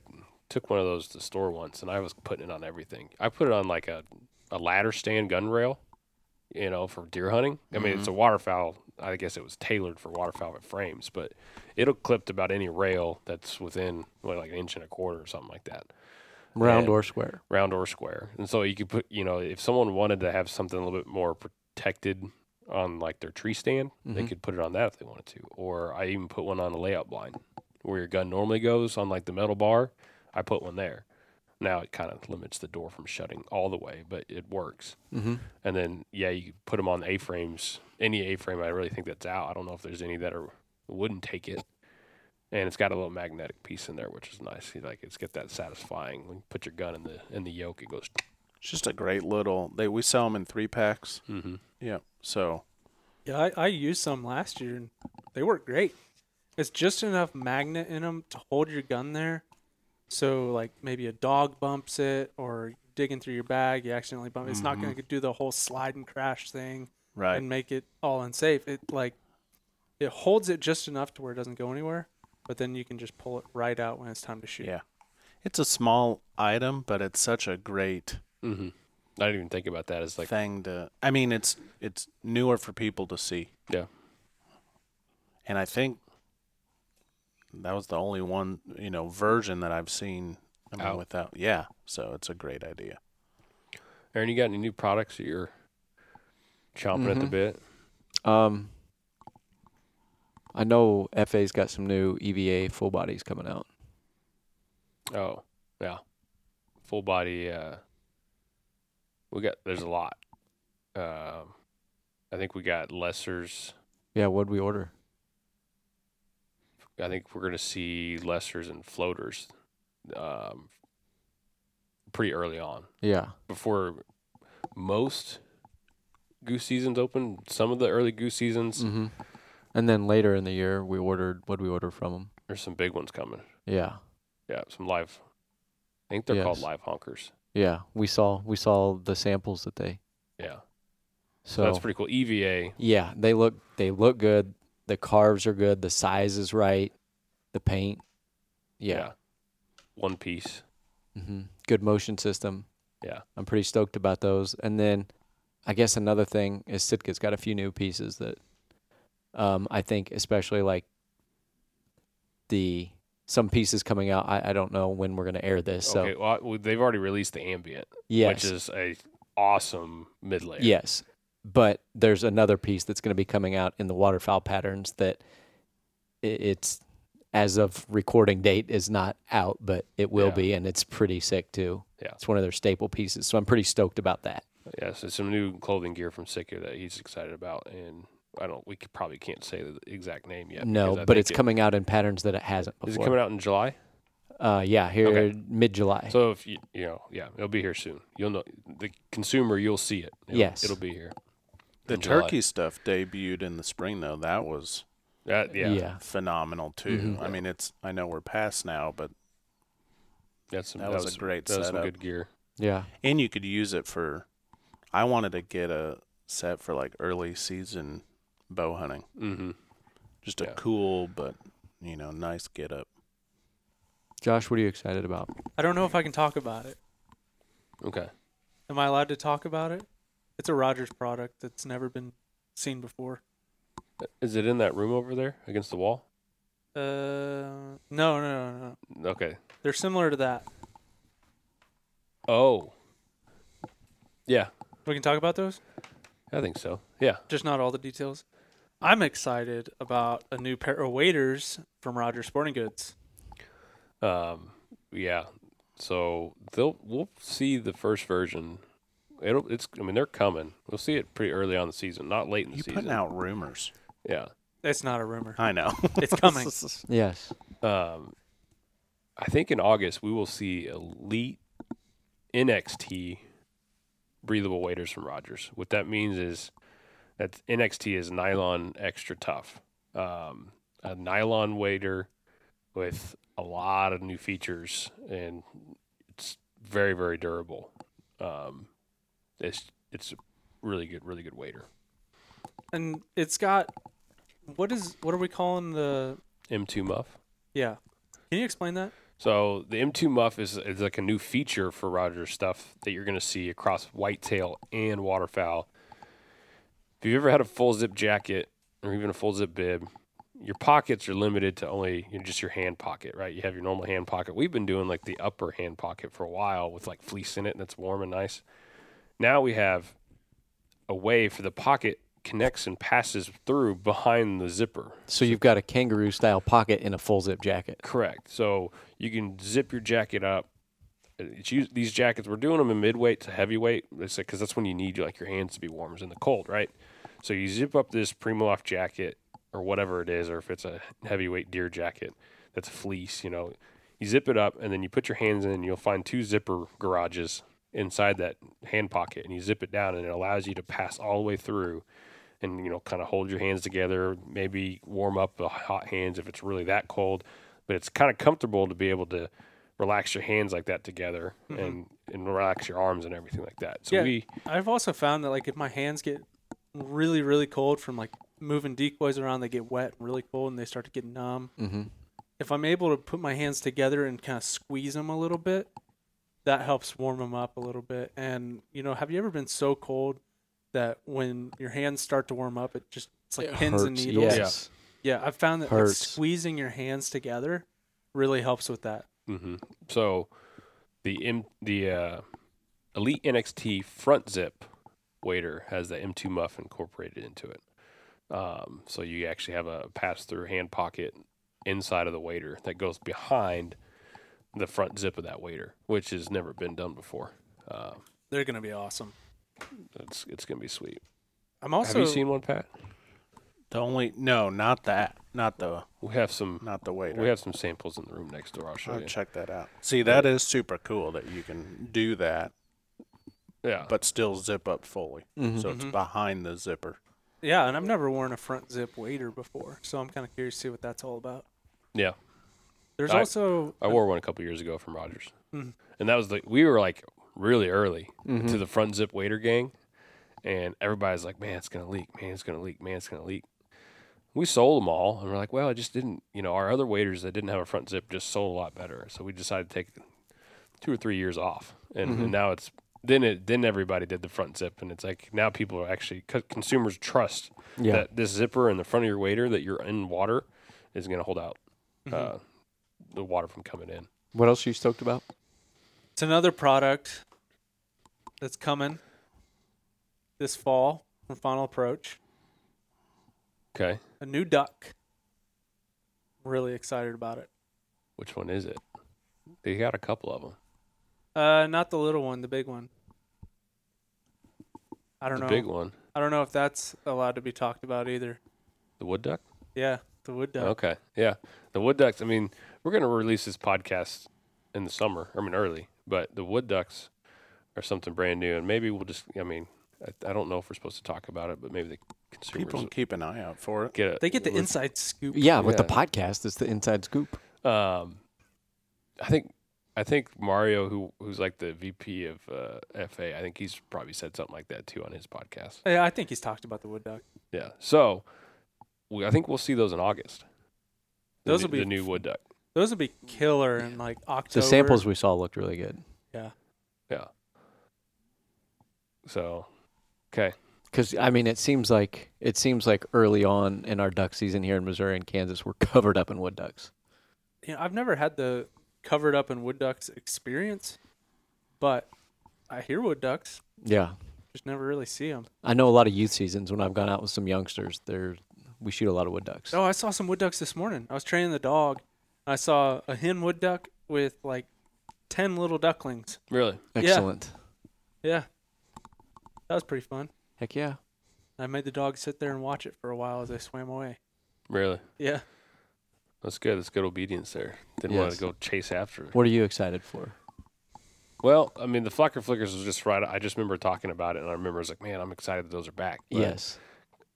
[SPEAKER 2] took one of those to the store once, and I was putting it on everything. I put it on like a, a ladder stand gun rail, you know, for deer hunting. I mean, it's a waterfowl. I guess it was tailored for waterfowl at frames, but it'll clip to about any rail that's within what, like an inch and a quarter or something like that,
[SPEAKER 3] round
[SPEAKER 2] and-
[SPEAKER 3] or square.
[SPEAKER 2] round or square. And so you could put, you know, if someone wanted to have something a little bit more protected on like their tree stand. They could put it on that if they wanted to. Or I even put one on a layout blind where your gun normally goes on like the metal bar. I put one there. Now it kind of limits the door from shutting all the way, but it works. Mm-hmm. And then yeah, you could put them on A frames. Any A frame, I really think that's out. I don't know if there's any that are wouldn't take it. And it's got a little magnetic piece in there, which is nice. You Like it's get that satisfying when you put your gun in the in the yoke, it goes.
[SPEAKER 4] It's just a great little. They we sell them in three packs.
[SPEAKER 2] Mm-hmm.
[SPEAKER 4] Yeah. So
[SPEAKER 5] Yeah, I, I used some last year and they work great. It's just enough magnet in them to hold your gun there. So, like, maybe a dog bumps it or digging through your bag, you accidentally bump it. It's not going to do the whole slide and crash thing
[SPEAKER 4] right.
[SPEAKER 5] and make it all unsafe. It, like, it holds it just enough to where it doesn't go anywhere, but then you can just pull it right out when it's time to shoot.
[SPEAKER 4] yeah. It's a small item, but it's such a great
[SPEAKER 2] Mm-hmm. I didn't even think about that. It's like
[SPEAKER 4] thing to. I mean, it's it's newer for people to see.
[SPEAKER 2] yeah,
[SPEAKER 4] and I think that was the only one you know version that I've seen I mean,
[SPEAKER 2] Out.
[SPEAKER 4] without. Yeah, so it's a great idea.
[SPEAKER 2] Aaron, you got any new products that you're chomping at the
[SPEAKER 3] Mhm.
[SPEAKER 2] bit?
[SPEAKER 3] Um, I know FA's got some new EVA full bodies coming out.
[SPEAKER 2] Oh, yeah. Full body. Uh, we got there's a lot. Um, I think we got lessers.
[SPEAKER 3] Yeah, what'd we order?
[SPEAKER 2] I think we're gonna see lessers and floaters, um, pretty early on
[SPEAKER 3] Yeah.
[SPEAKER 2] before most goose seasons open. Some of the early goose seasons,
[SPEAKER 3] Mm-hmm. And then later in the year, we ordered what we order from them.
[SPEAKER 2] there's some big ones coming.
[SPEAKER 3] Yeah,
[SPEAKER 2] Yeah, some live. I think they're called
[SPEAKER 3] Yes.
[SPEAKER 2] live honkers.
[SPEAKER 3] yeah. We saw we saw the samples that they
[SPEAKER 2] Yeah,
[SPEAKER 3] so
[SPEAKER 2] so that's pretty cool. E EVA.
[SPEAKER 3] yeah they look they look good. The carves are good. The size is right. The paint. Yeah.
[SPEAKER 2] One piece.
[SPEAKER 3] hmm Good motion system.
[SPEAKER 2] Yeah.
[SPEAKER 3] I'm pretty stoked about those. And then I guess another thing is Sitka's got a few new pieces that um, I think, especially like the some pieces coming out. I, I don't know when we're going to air this. So,
[SPEAKER 2] Okay, well, well, they've already released the ambient,
[SPEAKER 3] yes.
[SPEAKER 2] which is a awesome mid layer.
[SPEAKER 3] Yes. But there's another piece that's going to be coming out in the waterfowl patterns that i- it's as of recording date is not out, but it will
[SPEAKER 2] Yeah.
[SPEAKER 3] be and it's pretty sick too.
[SPEAKER 2] Yeah.
[SPEAKER 3] It's one of their staple pieces. So I'm pretty stoked about that.
[SPEAKER 2] yeah. So some new clothing gear from Sicker that he's excited about, and I don't. We could, probably can't say the exact name yet.
[SPEAKER 3] no,
[SPEAKER 2] because I
[SPEAKER 3] but
[SPEAKER 2] think
[SPEAKER 3] it's
[SPEAKER 2] it-
[SPEAKER 3] coming out in patterns that it hasn't before.
[SPEAKER 2] Is it coming out in July?
[SPEAKER 3] Uh, yeah, here
[SPEAKER 2] Okay.
[SPEAKER 3] mid July.
[SPEAKER 2] So if you you know, yeah, it'll be here soon. You'll know the consumer. You'll see it. It'll-
[SPEAKER 3] Yes.
[SPEAKER 2] it'll be here.
[SPEAKER 4] The
[SPEAKER 2] in July.
[SPEAKER 4] turkey stuff debuted in the spring though. That was
[SPEAKER 2] That- yeah,
[SPEAKER 3] yeah.
[SPEAKER 4] phenomenal too.
[SPEAKER 2] Mm-hmm.
[SPEAKER 3] Mhm.
[SPEAKER 4] I mean, it's I know we're past now, but
[SPEAKER 2] That's some,
[SPEAKER 4] That was a great
[SPEAKER 2] That was some
[SPEAKER 4] setup.
[SPEAKER 2] good gear.
[SPEAKER 3] Yeah.
[SPEAKER 4] and you could use it for. I wanted to get a set for like early season bow hunting.
[SPEAKER 2] Mm-hmm.
[SPEAKER 4] Just a
[SPEAKER 2] Yeah.
[SPEAKER 4] cool but you know nice get up.
[SPEAKER 3] Josh, what are you excited about?
[SPEAKER 5] I don't know if I can talk about it.
[SPEAKER 2] Okay.
[SPEAKER 5] Am I allowed to talk about it? It's a Rogers product that's never been seen before.
[SPEAKER 2] Is it in that room over there against the wall?
[SPEAKER 5] Uh, no, no, no, no.
[SPEAKER 2] Okay.
[SPEAKER 5] They're similar to that.
[SPEAKER 2] Oh. Yeah,
[SPEAKER 5] We can talk about those,
[SPEAKER 2] I think so. Yeah.
[SPEAKER 5] just not all the details. I'm excited about a new pair of waders from Rogers Sporting Goods.
[SPEAKER 2] Um, yeah. So they'll we'll see the first version. It'll it's I mean they're coming. We'll see it pretty early on in the season, not late in the
[SPEAKER 4] You
[SPEAKER 2] season.
[SPEAKER 4] putting out rumors?
[SPEAKER 2] Yeah.
[SPEAKER 5] It's not a rumor.
[SPEAKER 4] I
[SPEAKER 2] <laughs>
[SPEAKER 4] know. <laughs>
[SPEAKER 5] It's coming.
[SPEAKER 3] Yes.
[SPEAKER 2] Um, I think in August we will see elite NXT breathable waders from Rogers. What that means is that NXT is nylon extra tough. Um, a nylon wader with a lot of new features and it's very very durable. Um, it's it's a really good really good wader.
[SPEAKER 5] and it's got what is what are we calling the
[SPEAKER 2] M2 muff.
[SPEAKER 5] yeah. Can you explain that?
[SPEAKER 2] So the M2 muff is, is like a new feature for Rogers stuff that you're going to see across whitetail and waterfowl. If you've ever had a full zip jacket or even a full zip bib, your pockets are limited to only you know, just your hand pocket, right? You have your normal hand pocket. We've been doing like the upper hand pocket for a while with like fleece in it and it's warm and nice. Now we have a way for the pocket connects and passes through behind the zipper.
[SPEAKER 3] So you've got a kangaroo style pocket in a full zip jacket.
[SPEAKER 2] Correct. So you can zip your jacket up. It's us- these jackets. We're doing them in midweight to heavyweight. They say because that's when you need like your hands to be warm is in the cold, right? So you zip up this Primaloft jacket or whatever it is, or if it's a heavyweight deer jacket that's fleece, you know, you zip it up and then you put your hands in. and You'll find two zipper garages inside that hand pocket, and you zip it down, and it allows you to pass all the way through. And you know, kind of hold your hands together. Maybe warm up the hot hands if it's really that cold but it's kind of comfortable to be able to relax your hands like that together and and relax your arms and everything like that. So
[SPEAKER 5] Yeah.
[SPEAKER 2] we
[SPEAKER 5] I've also found that like if my hands get really really cold from like moving decoys around, they get wet and really cold and they start to get numb.
[SPEAKER 3] Mm-hmm.
[SPEAKER 5] If I'm able to put my hands together and kind of squeeze them a little bit, that helps warm them up a little bit. And you know, have you ever been so cold that when your hands start to warm up, it just it's like pins and needles.
[SPEAKER 3] Yes.
[SPEAKER 5] Yeah, I've found that like,
[SPEAKER 3] Hurts.
[SPEAKER 5] squeezing your hands together really helps with that.
[SPEAKER 2] hmm so the M, the uh, Elite NXT front zip waiter has the M2 muff incorporated into it. Um, so you actually have a pass through hand pocket inside of the waiter that goes behind the front zip of that waiter, which has never been done before. Um,
[SPEAKER 5] They're gonna be awesome.
[SPEAKER 2] it's it's gonna be sweet.
[SPEAKER 5] I'm also
[SPEAKER 2] have you seen one, Pat?
[SPEAKER 4] The only no, not that, not the
[SPEAKER 2] We have some
[SPEAKER 4] not the waiter.
[SPEAKER 2] We have some samples in the room next door. I'll show
[SPEAKER 4] I'll
[SPEAKER 2] you.
[SPEAKER 4] check that out. See, that is super cool that you can do that,
[SPEAKER 2] Yeah,
[SPEAKER 4] but still zip up fully.
[SPEAKER 2] Mm-hmm.
[SPEAKER 3] Mhm.
[SPEAKER 4] So it's behind the zipper.
[SPEAKER 5] Yeah, and I've never worn a front zip waiter before, so I'm kind of curious to see what that's all about.
[SPEAKER 2] yeah.
[SPEAKER 5] There's
[SPEAKER 2] I-
[SPEAKER 5] also
[SPEAKER 2] I wore one a couple years ago from Rogers,
[SPEAKER 5] Mhm.
[SPEAKER 2] and that was the we were like really early to the front zip waiter gang, and everybody's like, "Man, it's gonna leak! Man, it's gonna leak! Man, it's gonna leak!" We sold them all, and we're like, "Well, it just didn't." You know, our other waiters that didn't have a front zip just sold a lot better, so we decided to take two or three years off, and, and now it's then it then everybody did the front zip, and it's like now people are actually c- consumers trust
[SPEAKER 3] Yeah.
[SPEAKER 2] that this zipper in the front of your waiter that you're in water is going to hold out
[SPEAKER 5] mm-hmm,
[SPEAKER 2] uh, the water from coming in.
[SPEAKER 3] What else are you stoked about?
[SPEAKER 5] it's another product that's coming this fall from Final Approach,
[SPEAKER 2] Okay,
[SPEAKER 5] a new duck. I'm really excited about it.
[SPEAKER 2] which one is it? They got a couple of them.
[SPEAKER 5] Uh, not the little one, the big one. I don't
[SPEAKER 2] the
[SPEAKER 5] know.
[SPEAKER 2] big one,
[SPEAKER 5] I don't know if that's allowed to be talked about either.
[SPEAKER 2] the wood duck.
[SPEAKER 5] Yeah, the wood duck.
[SPEAKER 2] Okay, yeah, the wood ducks. I mean, we're going to release this podcast in the summer. I mean, early, but the wood ducks are something brand new, and maybe we'll just. I mean, I, I don't know if we're supposed to talk about it, but maybe the consumers
[SPEAKER 4] People
[SPEAKER 2] will
[SPEAKER 4] keep an eye out for it.
[SPEAKER 2] get it.
[SPEAKER 5] They get the inside scoop.
[SPEAKER 3] Yeah, with the
[SPEAKER 2] Yeah.
[SPEAKER 3] podcast, it's the inside scoop.
[SPEAKER 2] Um, I think I think Mario, who who's like the VP of uh, FA, I think he's probably said something like that too on his podcast.
[SPEAKER 5] Yeah, I think he's talked about the wood duck.
[SPEAKER 2] Yeah. So we, I think we'll see those in August. The
[SPEAKER 5] Those
[SPEAKER 2] new-
[SPEAKER 5] will be
[SPEAKER 2] the new wood duck.
[SPEAKER 5] Those would be killer in like October.
[SPEAKER 3] The samples we saw looked really good
[SPEAKER 2] So okay,
[SPEAKER 3] because I mean, it seems like it seems like early on in our duck season here in Missouri and Kansas, we're <laughs> covered up in wood ducks.
[SPEAKER 5] you know, I've never had the covered up in wood ducks experience, but I hear wood ducks,
[SPEAKER 3] Yeah,
[SPEAKER 5] just never really see them.
[SPEAKER 3] I know a lot of youth seasons when I've gone out with some youngsters. There, we shoot a lot of wood ducks.
[SPEAKER 5] Oh, I saw some wood ducks this morning. I was training the dog. I saw a hen wood duck with like 10 little ducklings.
[SPEAKER 2] really?
[SPEAKER 3] Excellent.
[SPEAKER 5] Yeah. That was pretty fun.
[SPEAKER 3] Heck yeah.
[SPEAKER 5] I made the dog sit there and watch it for a while as I swam away.
[SPEAKER 2] Really?
[SPEAKER 5] Yeah.
[SPEAKER 2] That's good. That's good obedience there. Didn't want
[SPEAKER 3] Yes.
[SPEAKER 2] to go chase after. it.
[SPEAKER 3] What are you excited for?
[SPEAKER 2] Well, I mean, the Flocker Flickers was just right. I just remember talking about it, and I remember I was like, man, I'm excited that those are back. But,
[SPEAKER 3] yes.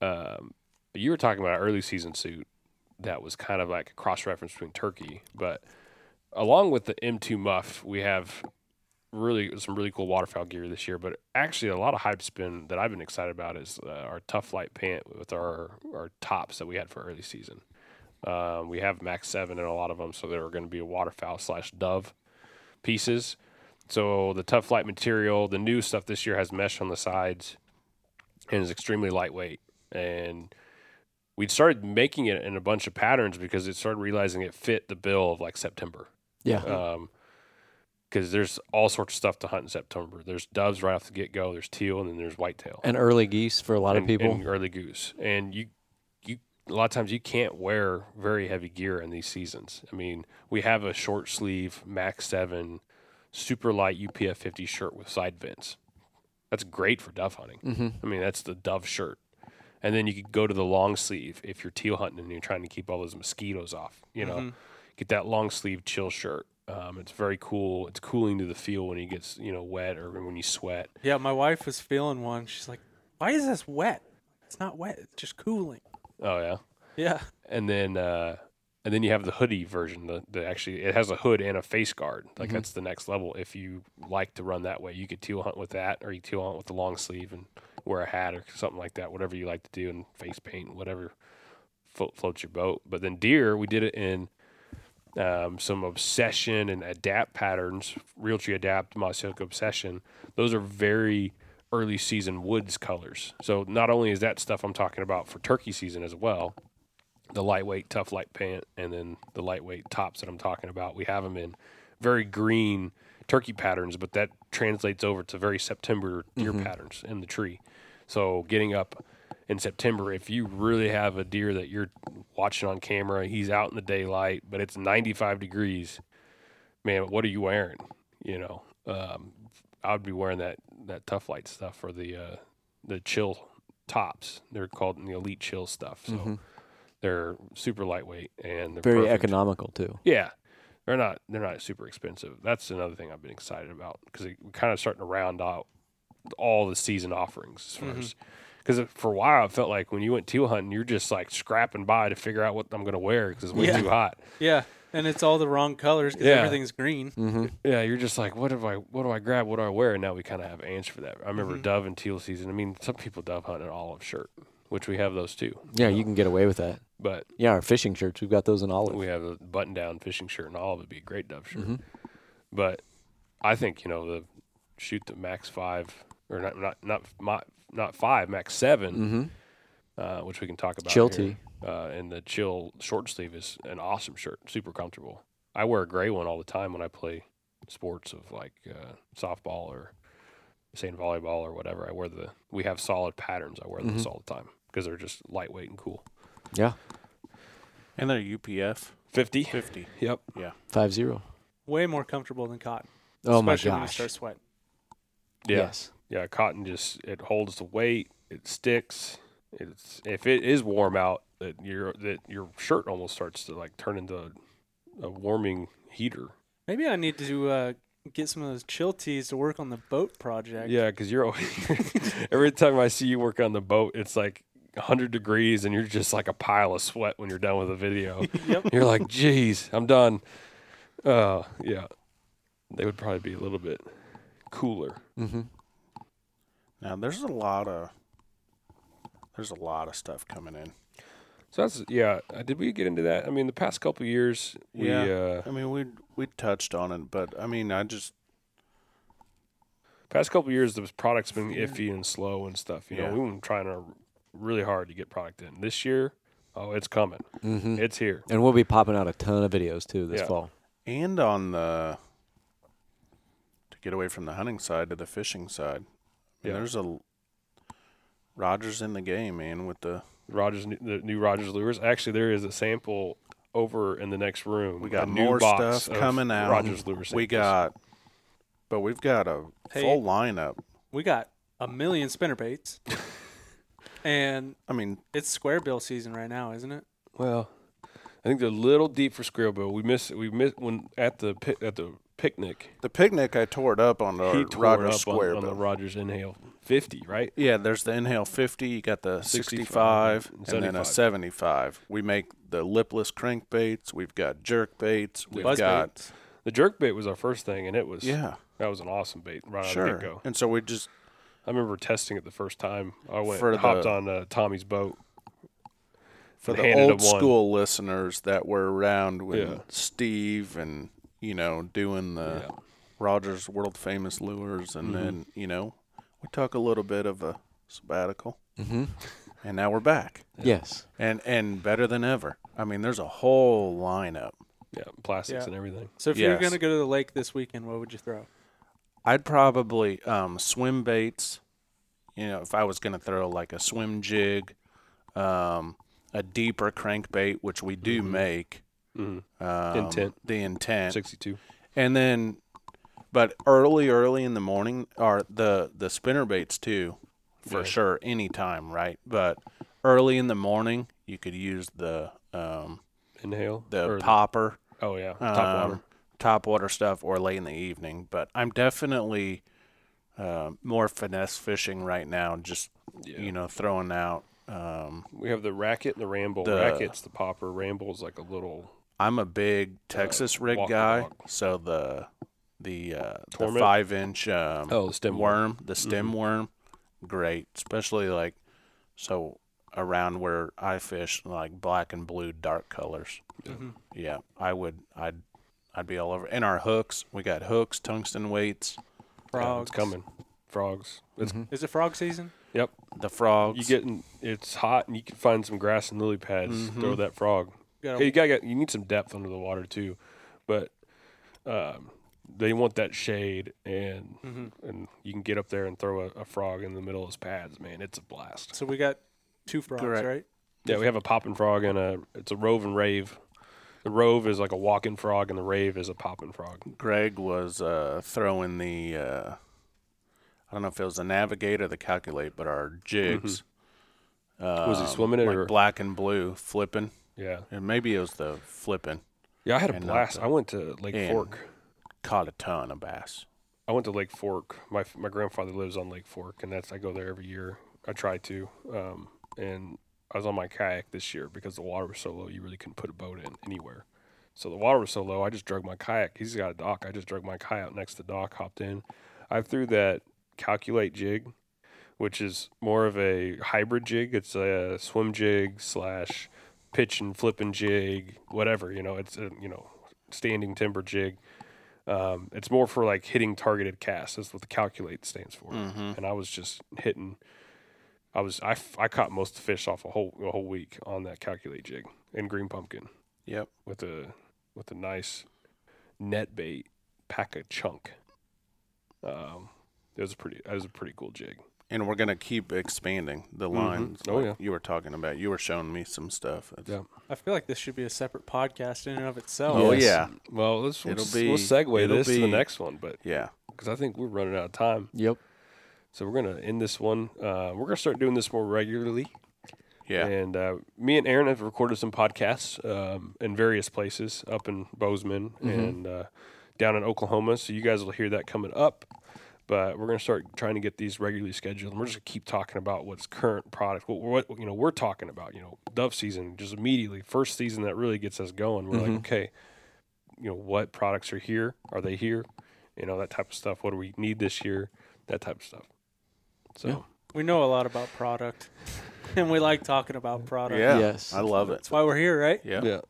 [SPEAKER 2] um, you were talking about an early season suit that was kind of like a cross reference between turkey, but along with the M2 muff, we have really some really cool waterfowl gear this year. But actually, a lot of hype spin that I've been excited about is uh, our tough light pant with our our tops that we had for early season. Um, we have Max Seven in a lot of them, so they're going to be a waterfowl slash dove pieces. So the tough light material, the new stuff this year has mesh on the sides and is extremely lightweight. And we started making it in a bunch Uh, of patterns because it started realizing it fit the bill of like September.
[SPEAKER 3] Yeah.
[SPEAKER 2] Um, because there's all sorts of stuff to hunt in September. There's doves right off the get go. There's teal, and then there's whitetail.
[SPEAKER 3] and early geese for a lot of
[SPEAKER 2] and-
[SPEAKER 3] people.
[SPEAKER 2] and early goose, and you you a lot of times you can't wear very heavy gear in these seasons. I mean, we have a short sleeve Max Seven super light UPF fifty shirt with side vents. That's great for dove hunting.
[SPEAKER 3] Mm-hmm.
[SPEAKER 2] I mean, that's the dove shirt. And then you could go to the long sleeve if you're teal hunting and you're trying to keep all those mosquitoes off. You
[SPEAKER 3] Mm-hmm.
[SPEAKER 2] know, get that long sleeve chill shirt. Um, it's very cool. It's cooling to the feel when it gets you know wet or when you sweat.
[SPEAKER 5] Yeah, my wife was feeling one. She's like, "Why is this wet? It's not wet. It's just cooling."
[SPEAKER 2] Oh yeah.
[SPEAKER 5] Yeah.
[SPEAKER 2] and then uh, and then you have the hoodie version. The, the actually it has a hood and a face guard. Like that's the next level. If you like to run that way, you could teal hunt with that, or you teal hunt with the long sleeve and wear a hat or something like that. Whatever you like to do, and face paint, whatever flo- floats your boat. But then deer, we did it in. Um, some obsession and adapt patterns, Realtree Adapt, Moss Hill Obsession. Those are very early season woods colors. So not only is that stuff I'm talking about for turkey season as well, the lightweight tough light pant and then the lightweight tops that I'm talking about. We have them in very green turkey patterns, but that translates over to very September deer patterns in the tree. So getting up in September, if you really have a deer that you're watching on camera, he's out in the daylight, but it's 95 degrees. Man, what are you wearing? You know, um, I'd be wearing that that tough light stuff or the uh, the chill tops. They're called the elite chill stuff. So they're super lightweight and they're
[SPEAKER 3] Very
[SPEAKER 2] perfect.
[SPEAKER 3] economical too.
[SPEAKER 2] Yeah, they're not they're not super expensive. That's another thing I've been excited about because we're kind of starting to round out all the season offerings as far as. Because for a while, I felt like when you went teal hunting, you're just like scrapping by to figure out what I'm going to wear because it's way
[SPEAKER 5] Yeah.
[SPEAKER 2] too hot.
[SPEAKER 5] Yeah, and it's all the wrong colors because
[SPEAKER 2] Yeah.
[SPEAKER 5] everything's green.
[SPEAKER 2] Yeah, you're just like, what do I, what do I grab, what do I wear? And now we kind of have an answer for that. I remember dove and teal season. I mean, some people dove hunt an olive shirt, which we have those too.
[SPEAKER 3] Yeah, you can get away with that.
[SPEAKER 2] But
[SPEAKER 3] Yeah, our fishing shirts, we've got those in olive.
[SPEAKER 2] we have a button down fishing shirt and all of it'd be a great dove shirt. But I think, you know, the shoot the max five or not not not not, not five, max 7
[SPEAKER 3] Mm-hmm.
[SPEAKER 2] uh, which we can talk about.
[SPEAKER 3] Chill
[SPEAKER 2] here. Uh, and the chill short sleeve is an awesome shirt, super comfortable. I wear a gray one all the time when I play sports of like uh, softball or saying volleyball or whatever. I wear the we have solid patterns. I wear those all the time because they're just lightweight and cool.
[SPEAKER 3] Yeah,
[SPEAKER 4] And they're UPF
[SPEAKER 2] 50.
[SPEAKER 4] 50.
[SPEAKER 2] Yep.
[SPEAKER 3] five zero.
[SPEAKER 5] Way more comfortable than cotton.
[SPEAKER 3] Oh my
[SPEAKER 5] especially when you
[SPEAKER 3] gosh.
[SPEAKER 5] start sweating.
[SPEAKER 2] Yeah.
[SPEAKER 3] Yes.
[SPEAKER 2] Yeah, cotton just it holds the weight, it sticks. It's if it is warm out, that your that your shirt almost starts to like turn into a warming heater.
[SPEAKER 5] Maybe I need to uh, get some of those chill tees to work on the boat project.
[SPEAKER 2] Yeah, because you're always, <laughs> every time I see you work on the boat, it's like 100 degrees, and you're just like a pile of sweat when you're done with a
[SPEAKER 4] <laughs>
[SPEAKER 2] video. You're like, geez, I'm done. Uh, yeah, they would probably be a little bit cooler.
[SPEAKER 3] Mm-hmm.
[SPEAKER 4] Now there's a lot of there's a lot of stuff coming in.
[SPEAKER 2] So that's yeah. uh, Did we get into that? I mean, the past couple years, we
[SPEAKER 4] yeah.
[SPEAKER 2] uh,
[SPEAKER 4] I mean, we we touched on it, but I mean, I just
[SPEAKER 2] past couple years the product's been iffy and slow and stuff. You
[SPEAKER 4] Yeah.
[SPEAKER 2] know, we've been trying to really hard to get product in. This year, oh, it's coming.
[SPEAKER 4] Mm-hmm.
[SPEAKER 2] It's here.
[SPEAKER 3] And we'll be popping out a ton of videos too this
[SPEAKER 2] Yeah.
[SPEAKER 3] fall.
[SPEAKER 4] and on the to get away from the hunting side to the fishing side. I
[SPEAKER 2] Yeah.
[SPEAKER 4] mean, There's a Rogers in the game, man, with the
[SPEAKER 2] Rogers, the new Rogers lures. Actually, there is a sample over in the next room.
[SPEAKER 4] we
[SPEAKER 2] a
[SPEAKER 4] got
[SPEAKER 2] new
[SPEAKER 4] more
[SPEAKER 2] box
[SPEAKER 4] stuff
[SPEAKER 2] of
[SPEAKER 4] coming out.
[SPEAKER 2] Rogers lure. Samples.
[SPEAKER 4] we got, but we've got a
[SPEAKER 5] Hey.
[SPEAKER 4] full lineup.
[SPEAKER 5] We got a million spinner baits, <laughs> and
[SPEAKER 4] I mean,
[SPEAKER 5] it's square bill season right now, isn't it?
[SPEAKER 2] well. I think they're a little deep for squirrel bill. We miss we miss when at the pi- at the picnic.
[SPEAKER 4] the picnic I tore it up on the
[SPEAKER 2] he
[SPEAKER 4] Rogers
[SPEAKER 2] tore up
[SPEAKER 4] Square,
[SPEAKER 2] on, on the
[SPEAKER 4] but-
[SPEAKER 2] Rogers inhale fifty, right?
[SPEAKER 4] Yeah, there's the inhale 50, you got the
[SPEAKER 2] 65,
[SPEAKER 4] 65, and then a 75. We make the lipless crankbaits, we've got jerk baits, we've
[SPEAKER 5] Buzz
[SPEAKER 4] got
[SPEAKER 5] baits.
[SPEAKER 2] The jerk bait was our first thing, and it was
[SPEAKER 4] yeah,
[SPEAKER 2] that was an awesome bait right out of uh, the
[SPEAKER 4] sure.
[SPEAKER 2] get-go.
[SPEAKER 4] And so we just
[SPEAKER 2] I remember testing it the first time I went
[SPEAKER 4] For
[SPEAKER 2] hopped
[SPEAKER 4] the-
[SPEAKER 2] on uh, Tommy's boat.
[SPEAKER 4] for
[SPEAKER 2] and
[SPEAKER 4] the
[SPEAKER 2] handed him
[SPEAKER 4] old
[SPEAKER 2] one.
[SPEAKER 4] school listeners that were around when
[SPEAKER 2] Yeah.
[SPEAKER 4] Steve and you know doing the
[SPEAKER 2] Yeah. Mm-hmm.
[SPEAKER 4] Rogers world famous lures, and then you know we took a little bit of a sabbatical, mm-hmm. and now we're back
[SPEAKER 3] Yes.
[SPEAKER 4] and and better than ever. I mean, there's a whole lineup.
[SPEAKER 2] Yeah, plastics
[SPEAKER 5] Yeah.
[SPEAKER 2] and everything.
[SPEAKER 5] So if you're
[SPEAKER 4] Yes.
[SPEAKER 5] gonna go to the lake this weekend, what would you throw?
[SPEAKER 4] I'd probably um, swim baits. You know, if I was going to throw like a swim jig, um, a deeper crankbait, which we do make.
[SPEAKER 2] Mhm.
[SPEAKER 4] Um,
[SPEAKER 2] Mm-hmm. Intent.
[SPEAKER 4] The intent.
[SPEAKER 2] Sixty-two.
[SPEAKER 4] And then, but early, early in the morning are the the spinner baits too, for
[SPEAKER 2] Yeah.
[SPEAKER 4] sure. Any time, right? But early in the morning, you could use the um,
[SPEAKER 2] Inhale.
[SPEAKER 4] the
[SPEAKER 2] or-
[SPEAKER 4] popper,
[SPEAKER 2] oh yeah. Top water.
[SPEAKER 4] um, top water stuff, or late in the evening. But I'm definitely uh, more finesse fishing right now. Just
[SPEAKER 2] Yeah.
[SPEAKER 4] you know, throwing out. Um,
[SPEAKER 2] we have the racket and the ramble.
[SPEAKER 4] the-
[SPEAKER 2] Racket's the popper. Ramble's like a little
[SPEAKER 4] I'm a big Texas rig
[SPEAKER 2] Uh, walk the
[SPEAKER 4] guy,
[SPEAKER 2] walk.
[SPEAKER 4] so the the uh, the
[SPEAKER 2] Torment?
[SPEAKER 4] five inch um,
[SPEAKER 2] oh the stem
[SPEAKER 4] worm, the stem
[SPEAKER 2] Mm-hmm.
[SPEAKER 4] worm, great, especially like so around where I fish, like black and blue dark colors.
[SPEAKER 5] Mhm.
[SPEAKER 4] Yeah, I would, I'd, I'd be all over. And our hooks, we got hooks, tungsten weights,
[SPEAKER 2] Yeah, it's
[SPEAKER 5] Frogs.
[SPEAKER 2] coming. Frogs. It's
[SPEAKER 3] Mm-hmm.
[SPEAKER 5] Is it frog season?
[SPEAKER 2] yep.
[SPEAKER 4] the frogs.
[SPEAKER 2] You get in, it's hot and you can find some grass and lily pads. Throw that frog.
[SPEAKER 5] Got
[SPEAKER 2] Hey, you gotta get, you need some depth under the water too, but um, they want that shade and
[SPEAKER 5] Mm-hmm.
[SPEAKER 2] and you can get up there and throw a, a frog in the middle of his pads. Man, it's a blast.
[SPEAKER 5] So we got two frogs,
[SPEAKER 4] Correct.
[SPEAKER 5] right?
[SPEAKER 2] Yeah, we have a popping frog and a it's a rove and rave. The rove is like a walking frog and the rave is a popping frog.
[SPEAKER 4] Greg was uh, throwing the, uh, I don't know if it was the navigate or the calculate, but our jigs.
[SPEAKER 2] Mm-hmm. Was he
[SPEAKER 4] um,
[SPEAKER 2] swimming it
[SPEAKER 4] like
[SPEAKER 2] or-
[SPEAKER 4] black and blue flipping?
[SPEAKER 2] Yeah,
[SPEAKER 4] And maybe it was the flipping.
[SPEAKER 2] yeah. I had a
[SPEAKER 4] And not
[SPEAKER 2] blast.
[SPEAKER 4] the-
[SPEAKER 2] I went to Lake
[SPEAKER 4] and-
[SPEAKER 2] Fork.
[SPEAKER 4] Caught a ton of bass.
[SPEAKER 2] I went to Lake Fork. My my grandfather lives on Lake Fork, and that's I go there every year. I try to. Um, and I was on my kayak this year because the water was so low, you really couldn't put a boat in anywhere. So the water was so low, I just drug my kayak. He's got a dock. I just drug my kayak next to the dock, hopped in. I threw that calculate jig, which is more of a hybrid jig. It's a swim jig slash pitch and flipping jig, whatever. You know, it's a you know standing timber jig. Um, it's more for like hitting targeted casts. That's what the calculate stands for. And I was just hitting. I was I, f- I caught most fish off a whole a whole week on that calculate jig and green pumpkin
[SPEAKER 4] Yep.
[SPEAKER 2] with a with a nice net bait pack a chunk. Um, it was a pretty it was a pretty cool jig.
[SPEAKER 4] and we're gonna keep expanding the lines.
[SPEAKER 2] Oh,
[SPEAKER 4] like
[SPEAKER 2] yeah.
[SPEAKER 4] you were talking about. You were showing me some stuff. It's-
[SPEAKER 2] Yeah.
[SPEAKER 5] I feel like this should be a separate podcast in and of itself.
[SPEAKER 4] Oh
[SPEAKER 2] Yes.
[SPEAKER 4] yeah,
[SPEAKER 2] Well, let's we'll,
[SPEAKER 4] It'll
[SPEAKER 2] s- we'll
[SPEAKER 4] be-
[SPEAKER 2] segue
[SPEAKER 4] it'll
[SPEAKER 2] this to the
[SPEAKER 4] be-
[SPEAKER 2] next one, but
[SPEAKER 4] yeah.
[SPEAKER 2] because I think we're running out of time,
[SPEAKER 3] Yep.
[SPEAKER 2] so we're gonna end this one. Uh, we're gonna start doing this more regularly.
[SPEAKER 4] Yeah.
[SPEAKER 2] And uh, me and Aaron have recorded some podcasts um, in various places up in Bozeman and uh, down in Oklahoma. So you guys will hear that coming up. But we're going to start trying to get these regularly scheduled. And we're just going to keep talking about what's current product, what, what you know we're talking about. You know, dove season just immediately first season that really gets us going. We're like, okay, you know, what products are here? Are they here? You know, that type of stuff. What do we need this year? That type of stuff. So.
[SPEAKER 3] Yeah.
[SPEAKER 5] We know a lot about product, <laughs> and we like talking about product.
[SPEAKER 4] Yeah.
[SPEAKER 3] Yes.
[SPEAKER 4] I love it.
[SPEAKER 5] That's why we're here, right?
[SPEAKER 4] Yeah.
[SPEAKER 2] Yeah.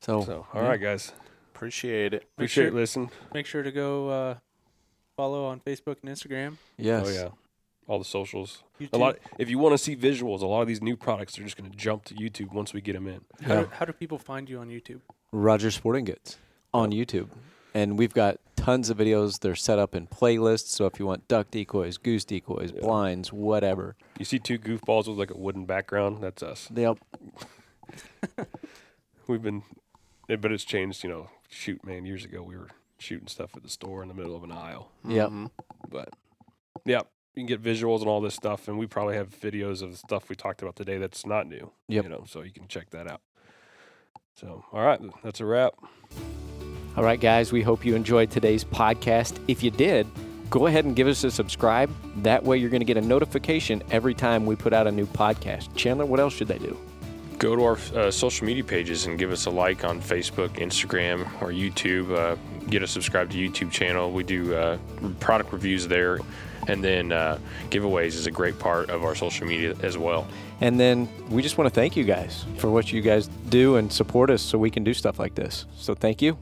[SPEAKER 3] So,
[SPEAKER 2] So, all right, guys.
[SPEAKER 4] Appreciate it.
[SPEAKER 5] Make
[SPEAKER 2] Appreciate
[SPEAKER 5] sure-
[SPEAKER 2] listening.
[SPEAKER 5] Make sure to go uh, follow on Facebook and Instagram.
[SPEAKER 3] yes.
[SPEAKER 2] Oh yeah, all the socials.
[SPEAKER 5] YouTube.
[SPEAKER 2] A lot. If you want to see visuals, a lot of these new products are just going to jump to YouTube once we get them in.
[SPEAKER 5] How,
[SPEAKER 3] Yeah.
[SPEAKER 5] do, how do people find you on YouTube?
[SPEAKER 3] Roger Sporting Goods on YouTube. And we've got tons of videos. They're set up in playlists. So if you want duck decoys, goose decoys, blinds, whatever.
[SPEAKER 2] You see two goofballs with like a wooden background. That's us.
[SPEAKER 3] Yep.
[SPEAKER 2] We've been, eh, but it's changed. You know, shoot, man. Years ago, we were shooting stuff at the store in the middle of an aisle.
[SPEAKER 3] Yep.
[SPEAKER 4] Mhm.
[SPEAKER 2] But yeah, you can get visuals and all this stuff, and we probably have videos of the stuff we talked about today that's not new.
[SPEAKER 3] Yep.
[SPEAKER 2] You know, so you can check that out. So, all right, that's a wrap.
[SPEAKER 3] All right, guys, we hope you enjoyed today's podcast. If you did, go ahead and give us a subscribe. That way, you're going to get a notification every time we put out a new podcast. Chandler, what else should they do?
[SPEAKER 6] go to our uh, social media pages and give us a like on Facebook, Instagram, or YouTube. Uh, get us subscribed to YouTube channel. We do uh, product reviews there, and then uh, giveaways is a great part of our social media as well.
[SPEAKER 3] And then we just want to thank you guys for what you guys do and support us so we can do stuff like this. So, thank you.